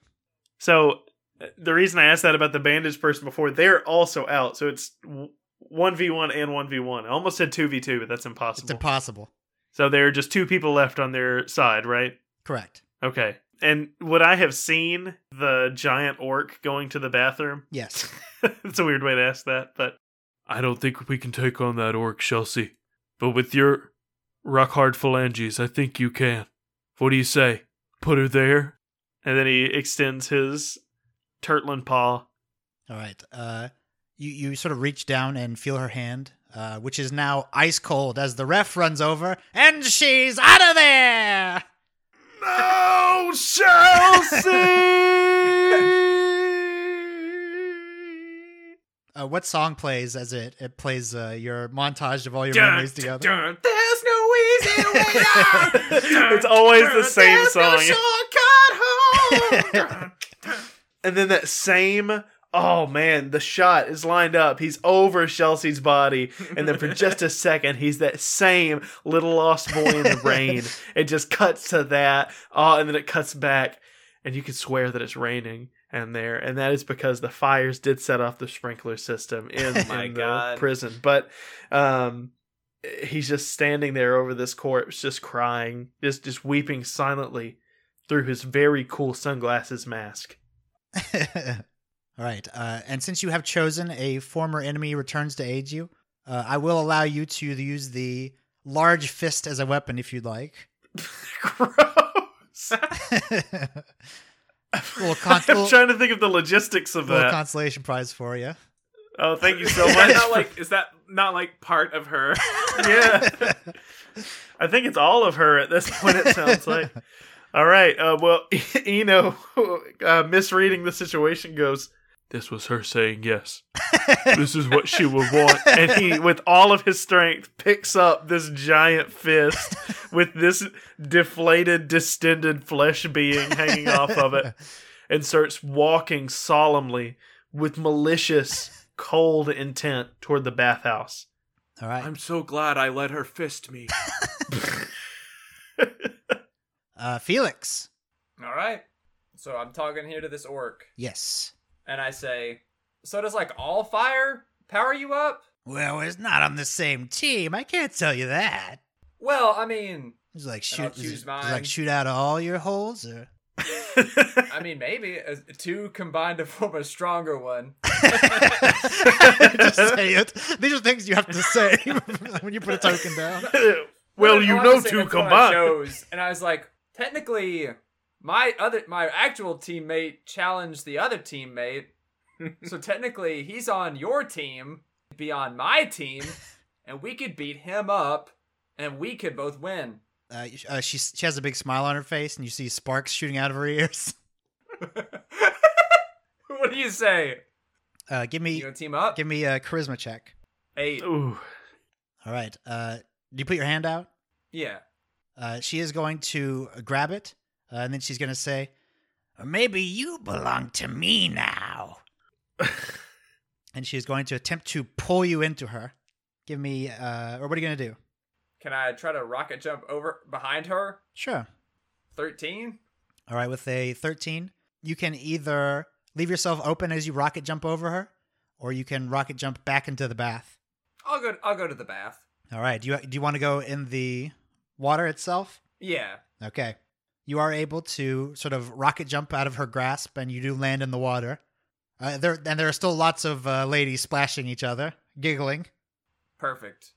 so uh, the reason I asked that about the bandage person before, they're also out. So it's w- 1v1 and 1v1. I almost said 2v2, but that's impossible.
It's impossible.
so there are just two people left on their side, right?
Correct.
Okay. And would I have seen the giant orc going to the bathroom?
Yes.
it's a weird way to ask that, but
I don't think we can take on that orc, Chelsea. But with your rock hard phalanges, I think you can. What do you say? Put her there?
and then he extends his turtlin paw.
All right. Uh, you you sort of reach down and feel her hand, uh, which is now ice cold as the ref runs over and she's out of there.
No, Chelsea!
Uh, what song plays as it it plays uh, your montage of all your memories together?
Dun, there's no easy way out. Dun,
It's always the
dun,
same
there's no
song.
shortcut home. Dun.
and then that same oh man, the shot is lined up. He's over Chelsea's body, and then for just a second, he's that same little lost boy in the rain. It just cuts to that. Oh, and then it cuts back, and you can swear that it's raining and there, and that is because the fires did set off the sprinkler system in,
My
in the
God.
prison. But um he's just standing there over this corpse, just crying, just just weeping silently through his very cool sunglasses mask.
All right. Uh, and since you have chosen a former enemy returns to aid you, uh, I will allow you to use the large fist as a weapon if you'd like.
Gross.
little, con-
I'm
little,
trying to think of the logistics of
little
that.
consolation prize for you.
oh, thank you so
Is that
much.
not like is that not like part of her?
yeah. I think it's all of her at this point, it sounds like. All right. Uh, well, Eno, uh, misreading the situation, goes,
This was her saying yes. this is what she would want. And he, with all of his strength, picks up this giant fist with this deflated, distended flesh being hanging off of it and starts walking solemnly with malicious, cold intent toward the bathhouse.
All right.
I'm so glad I let her fist me.
Uh, Felix.
All right. So I'm talking here to this orc,
Yes.
and I say, "So does like all fire power you up?"
Well, it's not on the same team. I can't tell you that.
Well, I mean,
It's like
And I'll
shoot, is
choose
it- is it
mine.
like shoot out all your holes, or
I mean maybe uh, two combined to form a stronger one.
just say it. These are things you have to say when you put a token down.
well, you
Well,
know
honestly,
two
that's what I
combined.
chose, and I was like, technically, my other my actual teammate challenged the other teammate, so technically he's on your team, be on my team, and we could beat him up, and we could both win.
Uh, uh, she she has a big smile on her face, and you see sparks shooting out of her ears.
what do you say?
Uh, give me
You gonna team up?
give me a charisma check.
Eight.
Ooh.
All right. Uh, do you put your hand out?
Yeah.
Uh, she is going to grab it, uh, and then she's going to say, "Maybe you belong to me now." and she is going to attempt to pull you into her. Give me, uh, or what are you going to do?
Can I try to rocket jump over behind her?
Sure.
Thirteen.
All right, with a 13, you can either leave yourself open as you rocket jump over her, or you can rocket jump back into the bath.
I'll go. I'll go to the bath.
All right, do you, do you want to go in the water itself?
Yeah.
Okay. You are able to sort of rocket jump out of her grasp, and you do land in the water. Uh, there and there are still lots of uh, ladies splashing each other, giggling.
Perfect.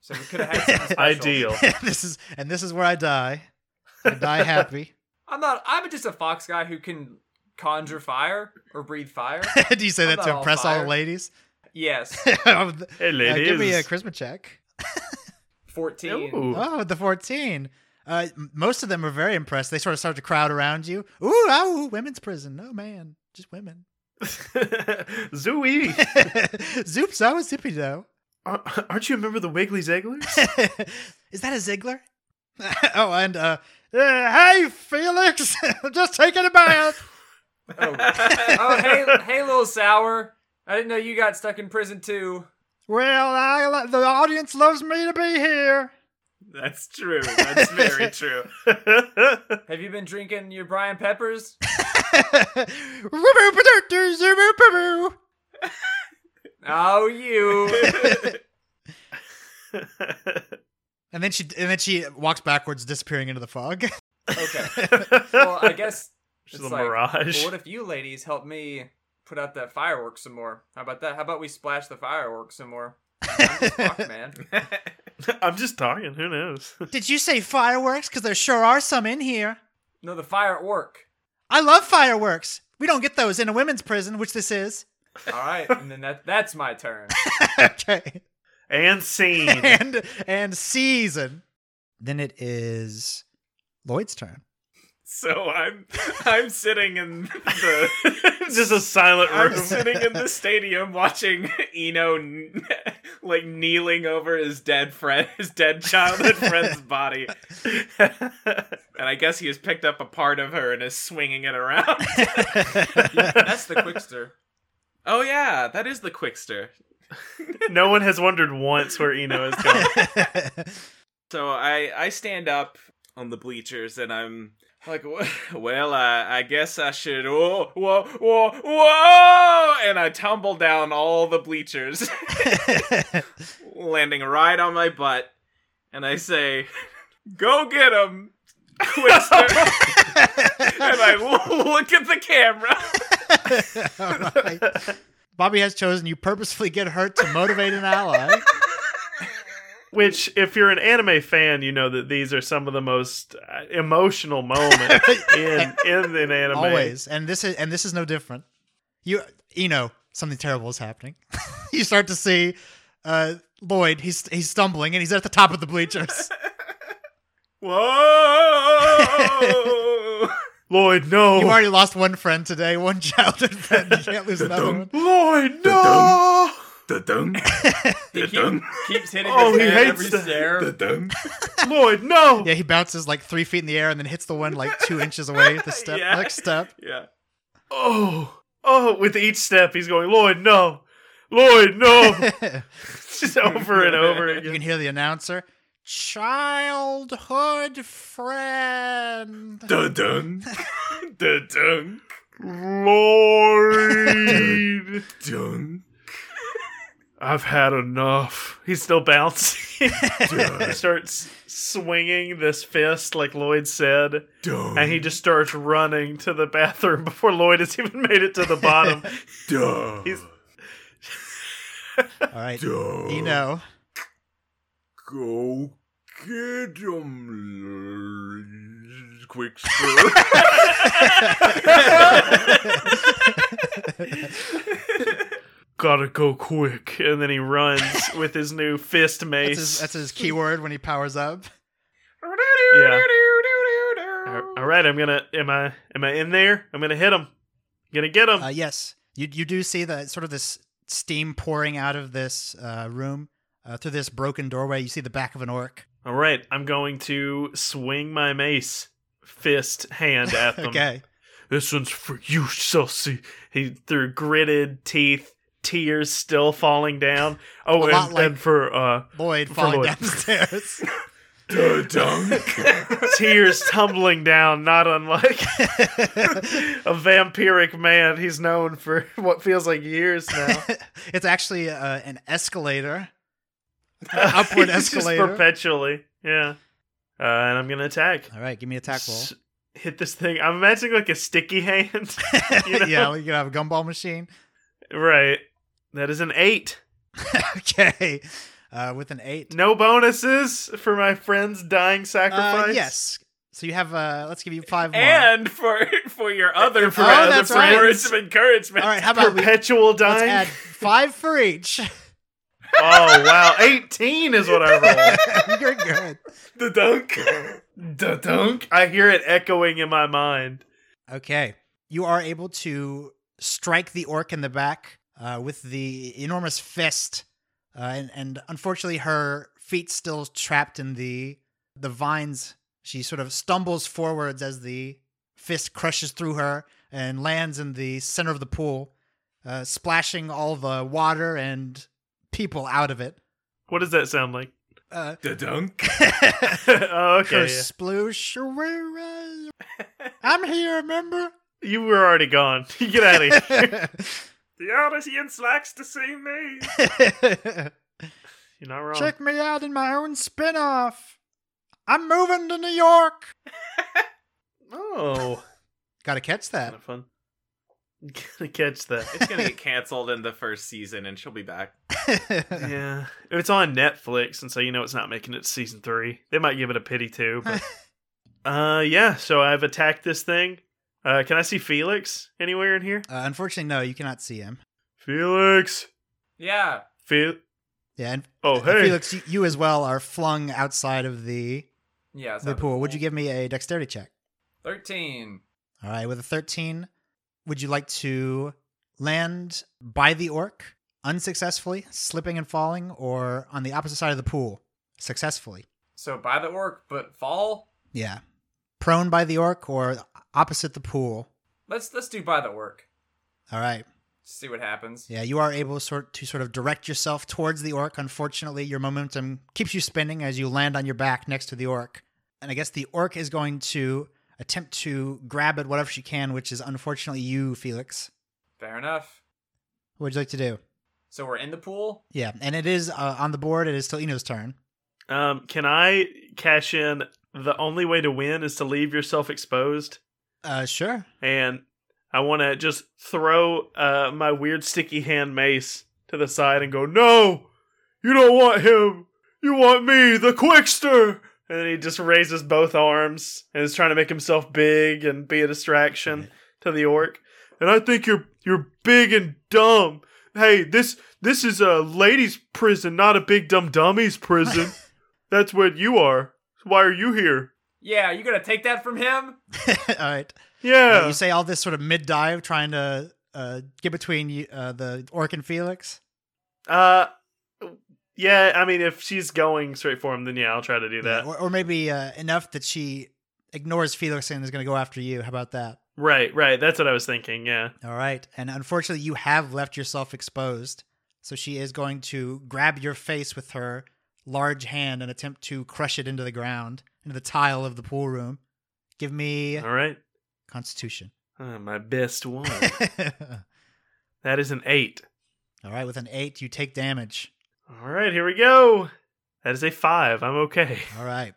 So we could have had something special.
Ideal.
Oh.
this is and this is where I die. I die happy.
I'm not. I'm just a fox guy who can conjure fire or breathe fire.
do you say
I'm
that
not
to
all
impress all
fired.
the ladies?
yes,
Uh,
Hey, ladies.
give me a charisma check.
fourteen.
Ooh.
Oh, with the 14. Uh, m- most of them are very impressed. They sort of start to crowd around you. Ooh, ow, women's prison. No, man. Just women.
Zooey.
Zoops, I was zippy dough.
Ar- Aren't you a member of the Wiggly Zigglers?
Is that a Ziggler? oh, and, uh, uh, hey, Felix, I'm just taking a bath.
Oh. oh, hey, hey, little sour. I didn't know you got stuck in prison too.
well, I, lo- the audience loves me to be here.
That's true. That's very true.
Have you been drinking your Brian Peppers?
Roo-boo-ba-doo-doo, zoo-boo-boo-boo.
Oh, you.
and then she and then she walks backwards, disappearing into the fog.
Okay. Well, I guess
She's
it's
a
like,
mirage.
well, what if you ladies help me put out that fireworks some more? How about that? How about we splash the fireworks some more? I'm just fucked, man.
I'm just talking. Who knows?
Did you say fireworks? Because there sure are some in here.
No, the firework.
I love fireworks. We don't get those in a women's prison, which this is.
All right, and then that that's my turn.
okay.
And scene.
And and season. Then it is Lloyd's turn.
So I'm I'm sitting in the
just a silent
I'm
room.
sitting in the stadium watching Eno n- like kneeling over his dead friend, his dead childhood friend's body, and I guess he has picked up a part of her and is swinging it around.
That's the quickster.
oh yeah, that is the Quickster.
no one has wondered once where Eno is going.
So I I stand up on the bleachers and I'm like, "Wh- well, I I guess I should. Oh, whoa, whoa, whoa! And I tumble down all the bleachers, landing right on my butt, and I say, "Go get him, Quickster!" and I look at the
All
camera.
right. Bobby has chosen you purposefully get hurt to motivate an ally.
Which, if you're an anime fan, you know that these are some of the most uh, emotional moments in in an anime.
Always. And this is and this is no different. You you know, something terrible is happening. you start to see uh Lloyd, he's he's stumbling and he's at the top of the bleachers.
Whoa!
Lloyd, no.
You've already lost one friend today, one childhood friend. You can't lose another one.
Lloyd, no.
Da-dung,
He
Da-dum.
keep, keeps hitting
Oh,
his
he
head
hates
every
that.
stair.
da-dung.
Lloyd, no.
Yeah, he bounces like three feet in the air and then hits the one like two inches away. The step,
Yeah.
next step.
Yeah.
Oh, oh, with each step he's going, Lloyd, no. Lloyd, no.
you
Just over and over again.
can hear the announcer, childhood friend.
Da-dung. Da-dung.
Lloyd.
Dung.
I've had enough.
He's still bouncing.
Da-
he starts swinging this fist, like Lloyd said,
dung.
and he just starts running to the bathroom before Lloyd has even made it to the bottom.
Da-
he's-
All right,
da-
you know.
Go get 'em, l- Quick sir.
Gotta go quick. And then he runs with his new fist
That's
mace.
his, that's his keyword when he powers up.
yeah. All right, I'm gonna. Am I? Am I in there? I'm gonna hit him. gonna get him.
Uh, yes, you you do see the sort of this steam pouring out of this uh, room uh, through this broken doorway. You see the back of an orc.
All right, I'm going to swing my mace, fist, hand at them.
Okay,
This one's for you, Celsi.
He through gritted teeth, tears still falling down.
Oh,
A
and,
lot like-
and for uh,
Lloyd falling
Lloyd.
down the stairs.
Da-dung.
tears tumbling down, not unlike a vampiric man he's known for what feels like years now.
it's actually uh, an escalator, an upward
It's just
escalator.
perpetually. Yeah. Uh, and I'm gonna attack.
All right, give me attack roll.
S- Hit this thing. I'm imagining like a sticky hand. you know?
yeah, well, you can have a gumball machine.
Right. That is an eight.
okay, uh, with an eight.
No bonuses for my friend's dying
Uh,
sacrifice.
yes. So you have. Uh, let's give you five more.
and for for your other
Oh,
friend,
that's
the
right.
words of encouragement.
All right, how about we
Perpetual
let's
dying.
add five for each?
Oh wow, eighteen is what I rolled.
You're good.
The dunk.
Da dunk. I hear it echoing in my mind.
Okay. You are able to strike the orc in the back uh, with the enormous fist, uh, and, and unfortunately, her feet still trapped in the the vines. She sort of stumbles forwards as the fist crushes through her and lands in the center of the pool, uh, splashing all the water and people out of it.
What does that sound like?
Uh,
Da dunk.
oh, okay. yeah.
Kersplush- I'm here, remember?
You were already gone. Get out of here.
the Odysseians likes to see me.
You're not wrong.
Check me out in my own spin-off. I'm moving to New York.
Oh,
Gotta catch
kind
that.
of fun. Gonna catch that.
It's gonna get canceled in the first season, and she'll be back.
Yeah, it's on Netflix, and so you know it's not making it to season three. They might give it a pity too. But, uh, yeah. So I've attacked this thing. Uh, can I see Felix anywhere in here?
Uh, unfortunately, no, you cannot see him.
Felix,
Yeah.
Fel.
Yeah, and
Oh
and
hey,
Felix, you, you as well are flung outside of the
Yeah.
the pool. Would you give me a dexterity check?
13.
All right, with a thirteen, would you like to land by the orc unsuccessfully, slipping and falling, or on the opposite side of the pool successfully?
So by the orc, but fall?
Yeah, prone by the orc or opposite the pool.
Let's let's do by the orc.
All right.
See what happens.
Yeah, you are able sort to sort of direct yourself towards the orc. Unfortunately, your momentum keeps you spinning as you land on your back next to the orc. And I guess the orc is going to attempt to grab at whatever she can, which is unfortunately you, Felix.
Fair enough.
What would you like to do?
So we're in the pool?
Yeah, and it is uh, on the board. It is still Eno's turn.
um, can I cash in? The only way to win is to leave yourself exposed,
Uh, sure.
and I want to just throw uh my weird sticky hand mace to the side and go, no,
You don't want him. You want me, the Quickster.
and then he just raises both arms and is trying to make himself big and be a distraction to the orc.
And I think you're you're big and dumb. Hey, this this is a ladies' prison, not a big dumb dummies prison. That's what you are. Why are you here?
Yeah, you gonna take that from him?
All right. Uh,
Yeah.
you say all this sort of mid dive, trying to uh, get between you- uh, the orc and Felix.
Uh, yeah. I mean, if she's going straight for him, then yeah, I'll try to do that.
Or, or maybe uh, enough that she ignores Felix and is going to go after you. How about that?
Right. Right. That's what I was thinking. Yeah.
All right. And unfortunately, you have left yourself exposed. So she is going to grab your face with her large hand and attempt to crush it into the ground, into the tile of the pool room. Give me
All right.
Constitution.
Uh, my best one.
All
that is an eight.
right. With an eight, you take damage.
All right. Here we go. That is a five. I'm okay.
All right.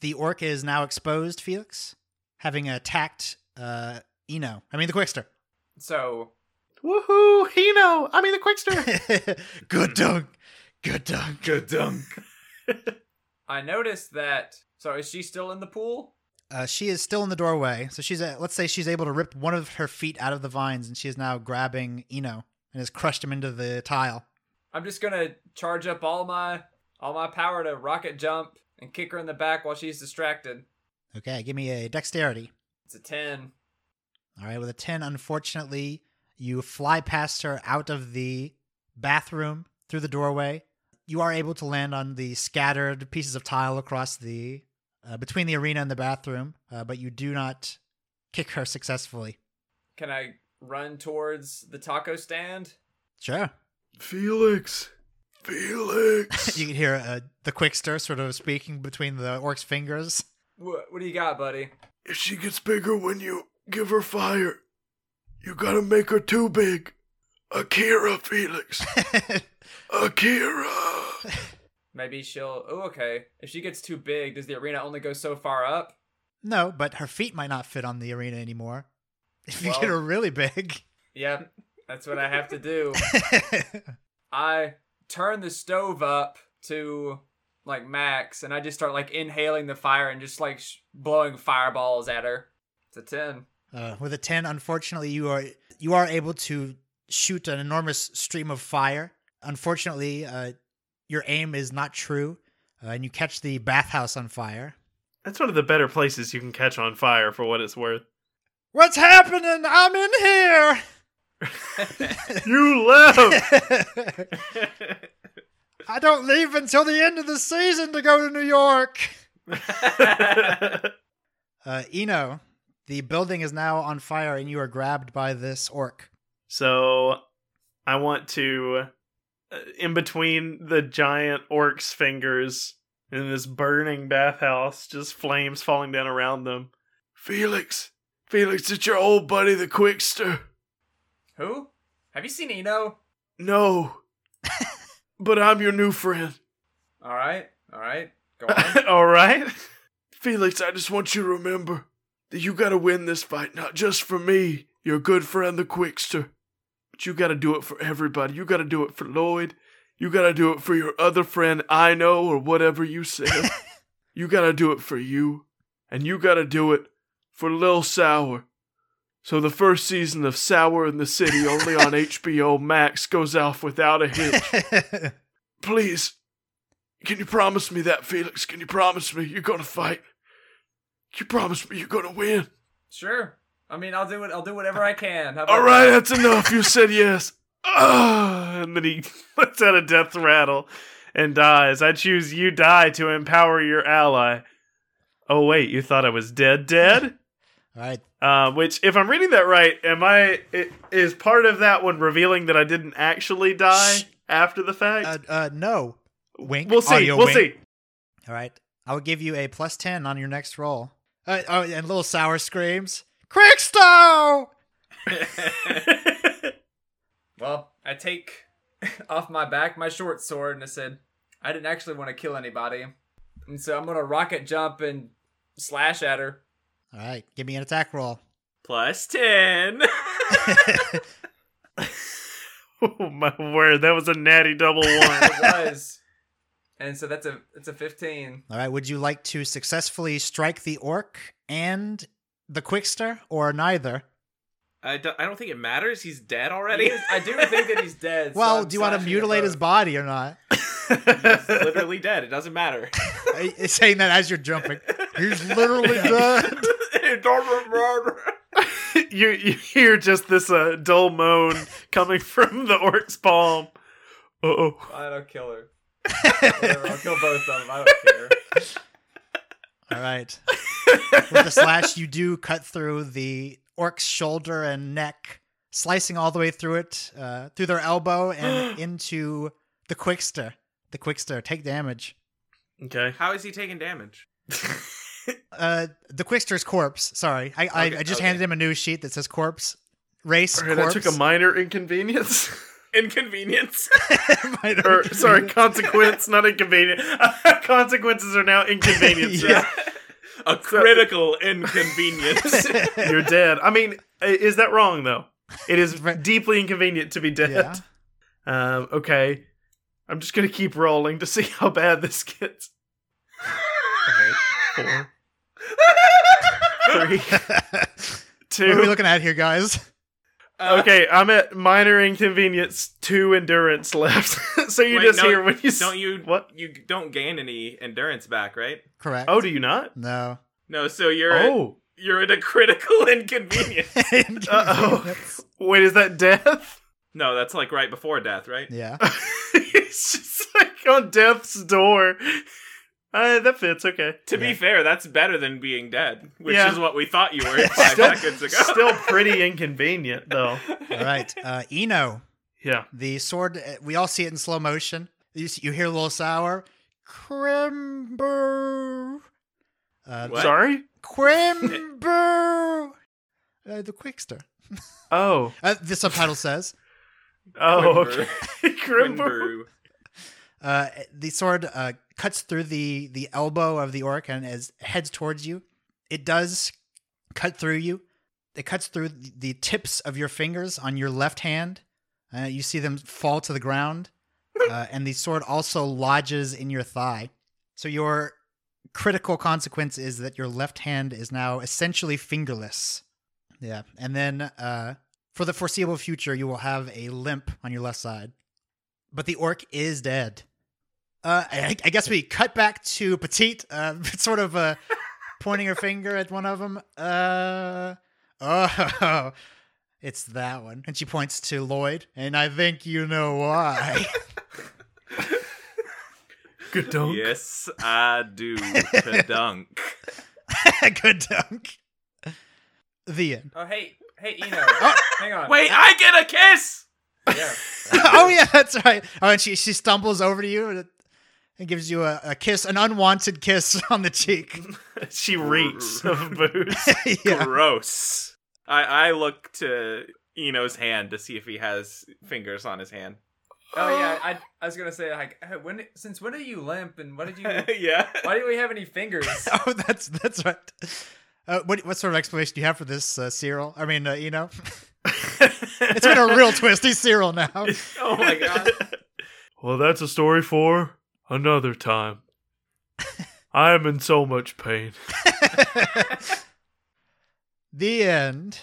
The orc is now exposed, Felix, having attacked uh, Eno. I mean, the Quickster.
So
Woohoo! Hino. I mean, the Quickster.
Good dunk. Good dunk.
Kadunk.
I noticed that. So is she still in the pool?
Uh, she is still in the doorway, so she's uh let's say she's able to rip one of her feet out of the vines, and she is now grabbing Eno and has crushed him into the tile.
I'm just gonna charge up all my all my power to rocket jump and kick her in the back while she's distracted.
Okay, give me a dexterity.
It's a ten.
All right, with a ten, unfortunately, you fly past her out of the bathroom through the doorway. You are able to land on the scattered pieces of tile across the uh, between the arena and the bathroom, uh, but you do not kick her successfully.
Can I run towards the taco stand?
Sure.
Felix. Felix.
You can hear uh, the quickster sort of speaking between the orc's fingers.
What What do you got, buddy?
if she gets bigger when you give her fire, you gotta make her too big. Akira, Felix. Akira.
Maybe she'll. Oh, okay. If she gets too big, does the arena only go so far up?
No, but her feet might not fit on the arena anymore. If you get
Well-
her really big.
Yep, that's what I have to do. I turn the stove up to like max, and I just start like inhaling the fire and just like sh- blowing fireballs at her. It's a ten.
uh, with a 10, unfortunately, you are you are able to shoot an enormous stream of fire. Unfortunately, uh, your aim is not true, uh, and you catch the bathhouse on fire.
That's one of the better places you can catch on fire, for what it's worth.
What's happening? I'm in here.
You live.
I don't leave until the end of the season to go to New York. Uh, Eno, the building is now on fire, and you are grabbed by this orc.
So I want to, uh, in between the giant orc's fingers in this burning bathhouse, just flames falling down around them.
Felix. Felix, it's your old buddy, the Quickster.
Who? Have you seen Eno?
No. but I'm your new friend.
All right, all right. Go on.
All right.
Felix, I just want you to remember that you gotta win this fight, not just for me, your good friend the Quickster, but you gotta do it for everybody. You gotta do it for Lloyd. You gotta do it for your other friend, I know, or whatever you said. you gotta do it for you. And you gotta do it for Lil Sour. So the first season of Sour in the City, only on HBO Max, goes off without a hitch. Please, can you promise me that, Felix? Can you promise me you're gonna fight? Can you promise me you're gonna win?
sure. I mean, I'll do it. I'll do whatever I can. How about
All right, that's enough. You said yes.
Ah, and then he lets out a death rattle and dies. I choose you die to empower your ally. Oh wait, you thought I was dead, dead?
All right,
Uh, which, if I'm reading that right, am I i- is part of that one revealing that I didn't actually die
Shh.
after the fact?
uh, uh, no, wink.
we'll see.
Audio
we'll
wink.
see.
All right, I will give you a plus ten on your next roll. Uh, oh, and little sour screams, Quickstow!
Well, I take off my back my short sword and I said, I didn't actually want to kill anybody. And so I'm going to rocket jump and slash at her.
All right, give me an attack roll.
Plus 10.
Oh my word, that was a natty double one.
It was. and so that's a that's a 15.
All right, would you like to successfully strike the orc and the quickster, or neither?
I, do, not think it matters. He's dead
He
already.
is- I do think that he's dead. so
well,
I'm
do you want to
slashing at
mutilate his
both.
body or not?
He's literally dead. It doesn't matter.
Saying that as you're jumping, he's literally dead.
it doesn't matter.
you you hear just this uh, dull moan coming from the orc's palm. Uh oh.
I don't kill her. Whatever, I'll kill both of them. I don't care.
All right. With the slash, you do cut through the orc's shoulder and neck, slicing all the way through it, uh, through their elbow and into the quickster. The quickster take damage.
Okay.
How is he taking damage?
Uh, the quickster's corpse. Sorry, I I,
Okay,
I just
okay.
handed him a new sheet that says corpse, race,
All right, that
corpse.
took a minor inconvenience.
Inconvenience.
Minor
or sorry,
inconvenience.
consequence, not inconvenience. Consequences are now inconveniences.
Yeah.
A critical inconvenience.
You're dead. I mean, i- is that wrong though? It is
Right.
deeply inconvenient to be dead.
Yeah.
Um, okay. I'm just gonna keep rolling to see how bad this gets. Four, three,
What are we
two.
looking at here, guys?
Uh,
Okay, I'm at minor inconvenience, two endurance left. so you
Wait,
just
no,
hear when you s-
don't you
what?
you don't gain any endurance back, right?
Correct.
Oh, do you not?
no.
No, so you're at,
Oh,
you're at a critical inconvenience.
Inconvenience.
wait, is that death?
no, that's like right before death, right?
Yeah.
it's just like on death's door. Uh, that fits. Okay.
To be
Yeah.
fair, that's better than being dead, which
Yeah.
is what we thought you were five
Still-
seconds ago.
Still pretty inconvenient though.
All right. Uh, Eno,
Yeah.
the sword. uh, We all see it in slow motion. You, s- you hear a little sour. Crimber. Uh,
What?
Sorry.
Crimber. Uh, the Quickster.
Oh.
Uh, the subtitle says
Oh.
Quimber.
Okay. Grimber.
Quimberu.
uh, the sword uh, cuts through the the elbow of the orc and as heads towards you. It does cut through you. It cuts through th- the tips of your fingers on your left hand. Uh, you see them fall to the ground, uh, and the sword also lodges in your thigh. So your critical consequence is that your left hand is now essentially fingerless. Yeah, and then uh, for the foreseeable future, you will have a limp on your left side but the orc is dead. Uh, I, I guess we cut back to Petite, uh, sort of uh, pointing her finger at one of them. Uh, oh, it's that one. And she points to Lloyd, and I think you know why.
Good dunk.
Yes, I do. Dunk.
Good dunk. The end.
Oh hey, hey Eno, hang on.
Wait, I get a kiss.
Yeah.
oh, yeah, that's right. Oh, and she, she stumbles over to you and, and gives you a, a kiss, an unwanted kiss on the cheek.
She reeks of booze.
yeah.
Gross. I I look to Eno's hand to see if he has fingers on his hand.
Oh yeah, I, I was gonna say like hey, when since when are you limp and what did you
yeah.
why didn't we have any fingers?
Oh, that's that's right. Uh, what what sort of explanation do you have for this, uh, Cyril? I mean, uh, you know, it's been a real twist. He's Cyril now.
Oh my god.
Well, that's a story for another time. I am in so much pain.
the end.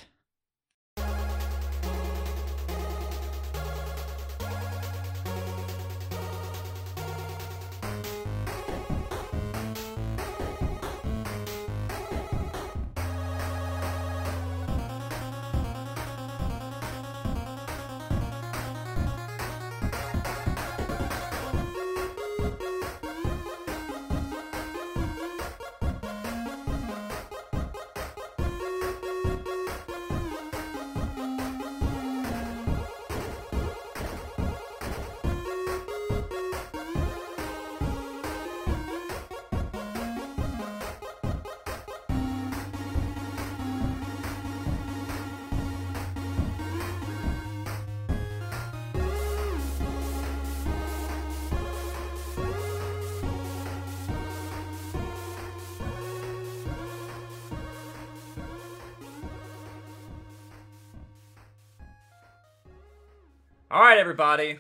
All right, everybody.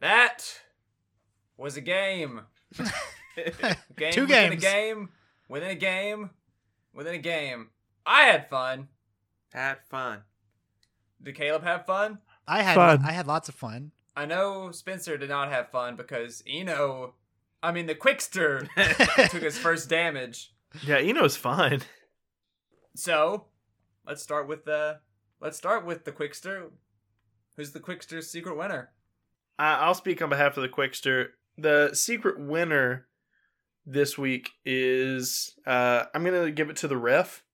That was a game. game
Two
within a
games.
game within a game within a game. I had fun.
Had fun.
Did Caleb have fun?
I had
Fun.
I had lots of fun.
I know Spencer did not have fun because Eno, I mean the Quickster, took his first damage.
yeah, Eno's fine.
So, let's start with the let's start with the Quickster. Who's the Quickster's secret winner?
I- I'll speak on behalf of the Quickster. The secret winner this week is uh, I'm gonna give it to the ref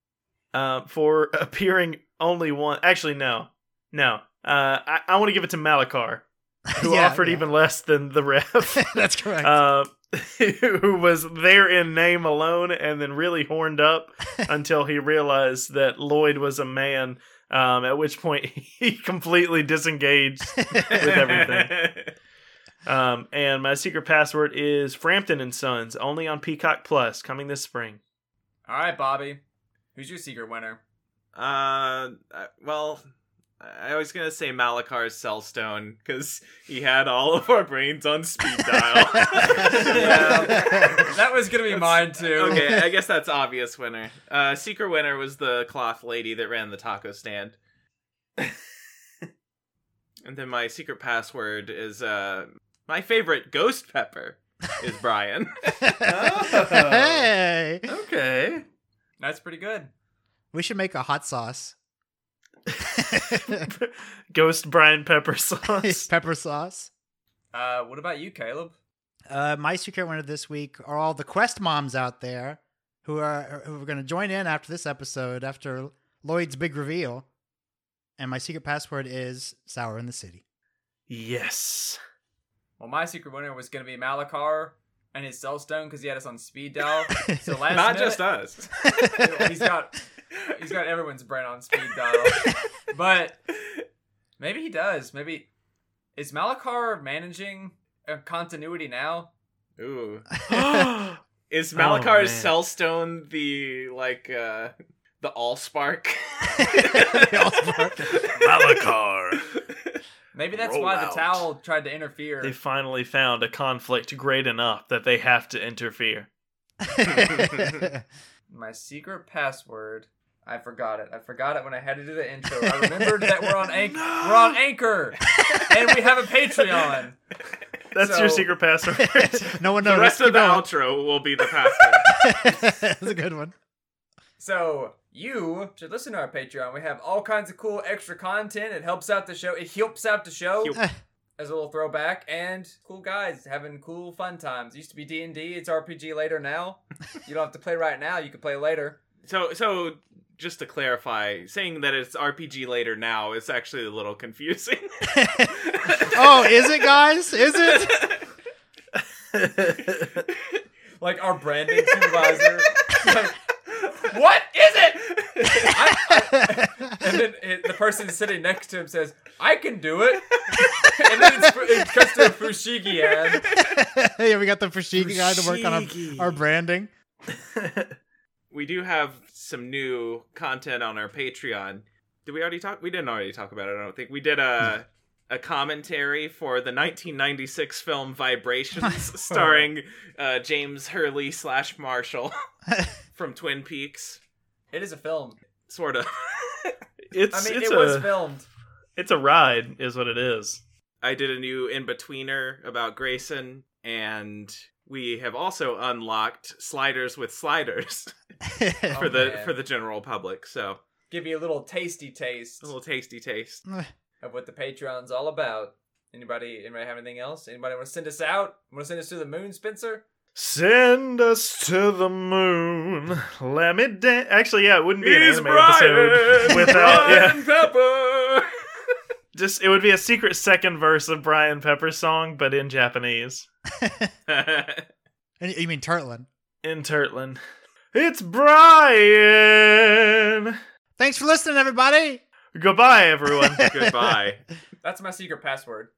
uh, for appearing only one. Actually, no, no. Uh, I, I want to give it to Malakar, who
Yeah,
offered
yeah.
even less than the ref.
That's correct.
uh, who was there in name alone and then really horned up until he realized that Lloyd was a man. Um, at which point he completely disengaged with everything. Um, and my secret password is Frampton and Sons, only on Peacock Plus, coming this spring.
All right, Bobby. Who's your secret winner?
Uh, I- well, I was gonna say Malakar's cell stone because he had all of our brains on speed dial.
Yeah. That was gonna be mine too.
okay, I guess that's obvious winner. Uh, secret winner was the cloth lady that ran the taco stand. and then my secret password is uh my favorite ghost pepper is Brian.
hey,
Okay.
That's pretty good.
we should make a hot sauce.
Ghost Brian Pepper sauce.
Pepper sauce.
Uh, what about you, Caleb?
Uh, my secret winner this week are all the quest moms out there who are who are going to join in after this episode after Lloyd's big reveal. And my secret password is sour in the city.
yes.
Well, my secret winner was gonna be Malakar and his cell stone because he had us on speed dial. So last
Not
minute,
just us.
he's got he's got everyone's brain on speed dial. but maybe he does. Maybe is Malakar managing a continuity now?
Ooh.
oh,
Is
Oh,
Malakar's
man.
cell stone the like uh the all spark?
The Allspark.
Malakar.
Maybe that's
Roll
why
out.
the towel tried to interfere.
They finally found a conflict great enough that they have to interfere.
My secret password. I forgot it. I forgot it when I had to do the intro. I remembered that we're on Anchor. We're on Anchor, and we have a Patreon.
That's your
So-
secret password.
no one knows.
the rest of the
Keep
outro will be the password.
going. That's a good one.
So you should listen to our Patreon. We have all kinds of cool extra content. It helps out the show. It helps out the show
Help.
as a little throwback and cool guys having cool fun times. It used to be D and D. It's RPG later now. you don't have to play right now. You can play later.
So, so just to clarify, saying that it's RPG later now is actually a little confusing.
Oh, is it, guys? Is it?
Like our branding supervisor. Like, what is it? I- I- And then it, the person sitting next to him says, I can do it. and then it's, it cuts to a Fushigi ad.
yeah, we got the Fushigi guy to work on our, our branding.
we do have some new content on our Patreon. Did we already talk? We didn't already talk about it. I don't think we did a a commentary for the 1996 film Vibrations, starring uh, James Hurley slash Marshall from Twin Peaks.
It is a film.
Sort of.
it's
I mean,
it's
it
a
was filmed.
it's a ride, is what it is.
I did a new in betweener about Grayson, and we have also unlocked sliders with sliders for
Oh,
the
man.
for the general public. So
Give you a little tasty taste
a little tasty taste.
of what the Patreon's all about. Anybody, anybody have anything else? Anybody want to send us out? Want to send us to the moon, Spencer?
Send us to the moon. Let me dance. Actually, yeah, it wouldn't be
He's
an anime episode
Brian!
without. Yeah,
Brian Pepper.
just it would be a secret second verse of Brian Pepper's song, but in Japanese,
And you mean Turtlin?
in Turtlin. It's Brian.
Thanks for listening, everybody.
Goodbye, everyone.
Goodbye.
That's my secret password.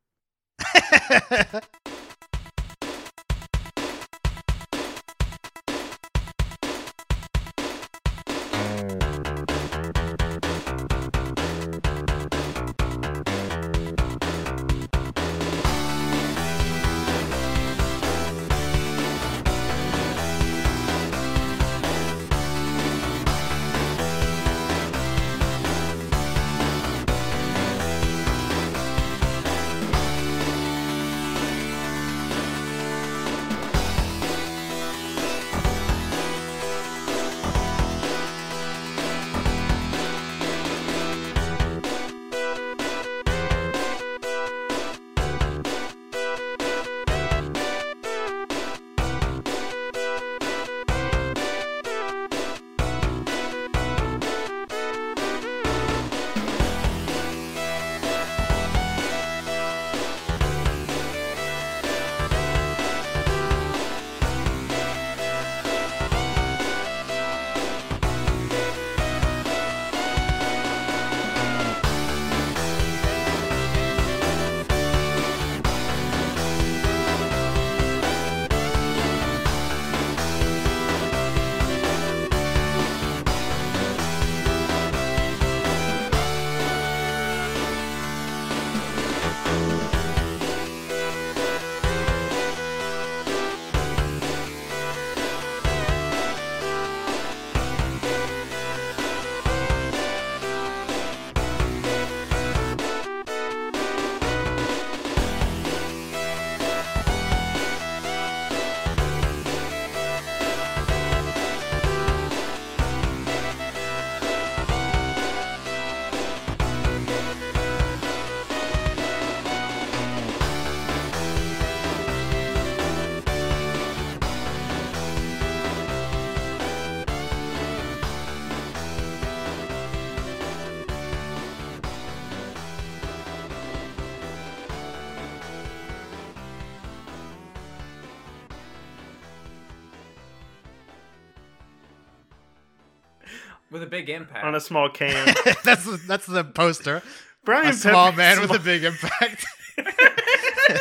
with a big impact.
on a small can.
that's that's the poster.
Brian
A small
Pepper-
man
small-
with a big impact.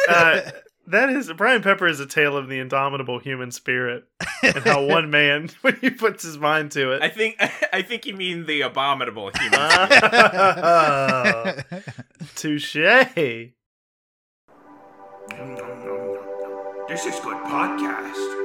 uh, that is Brian Pepper is a tale of the indomitable human spirit and how one man, when he puts his mind to
I
it,
think I think you mean the abominable human.
Ah, touche.
This is good podcast.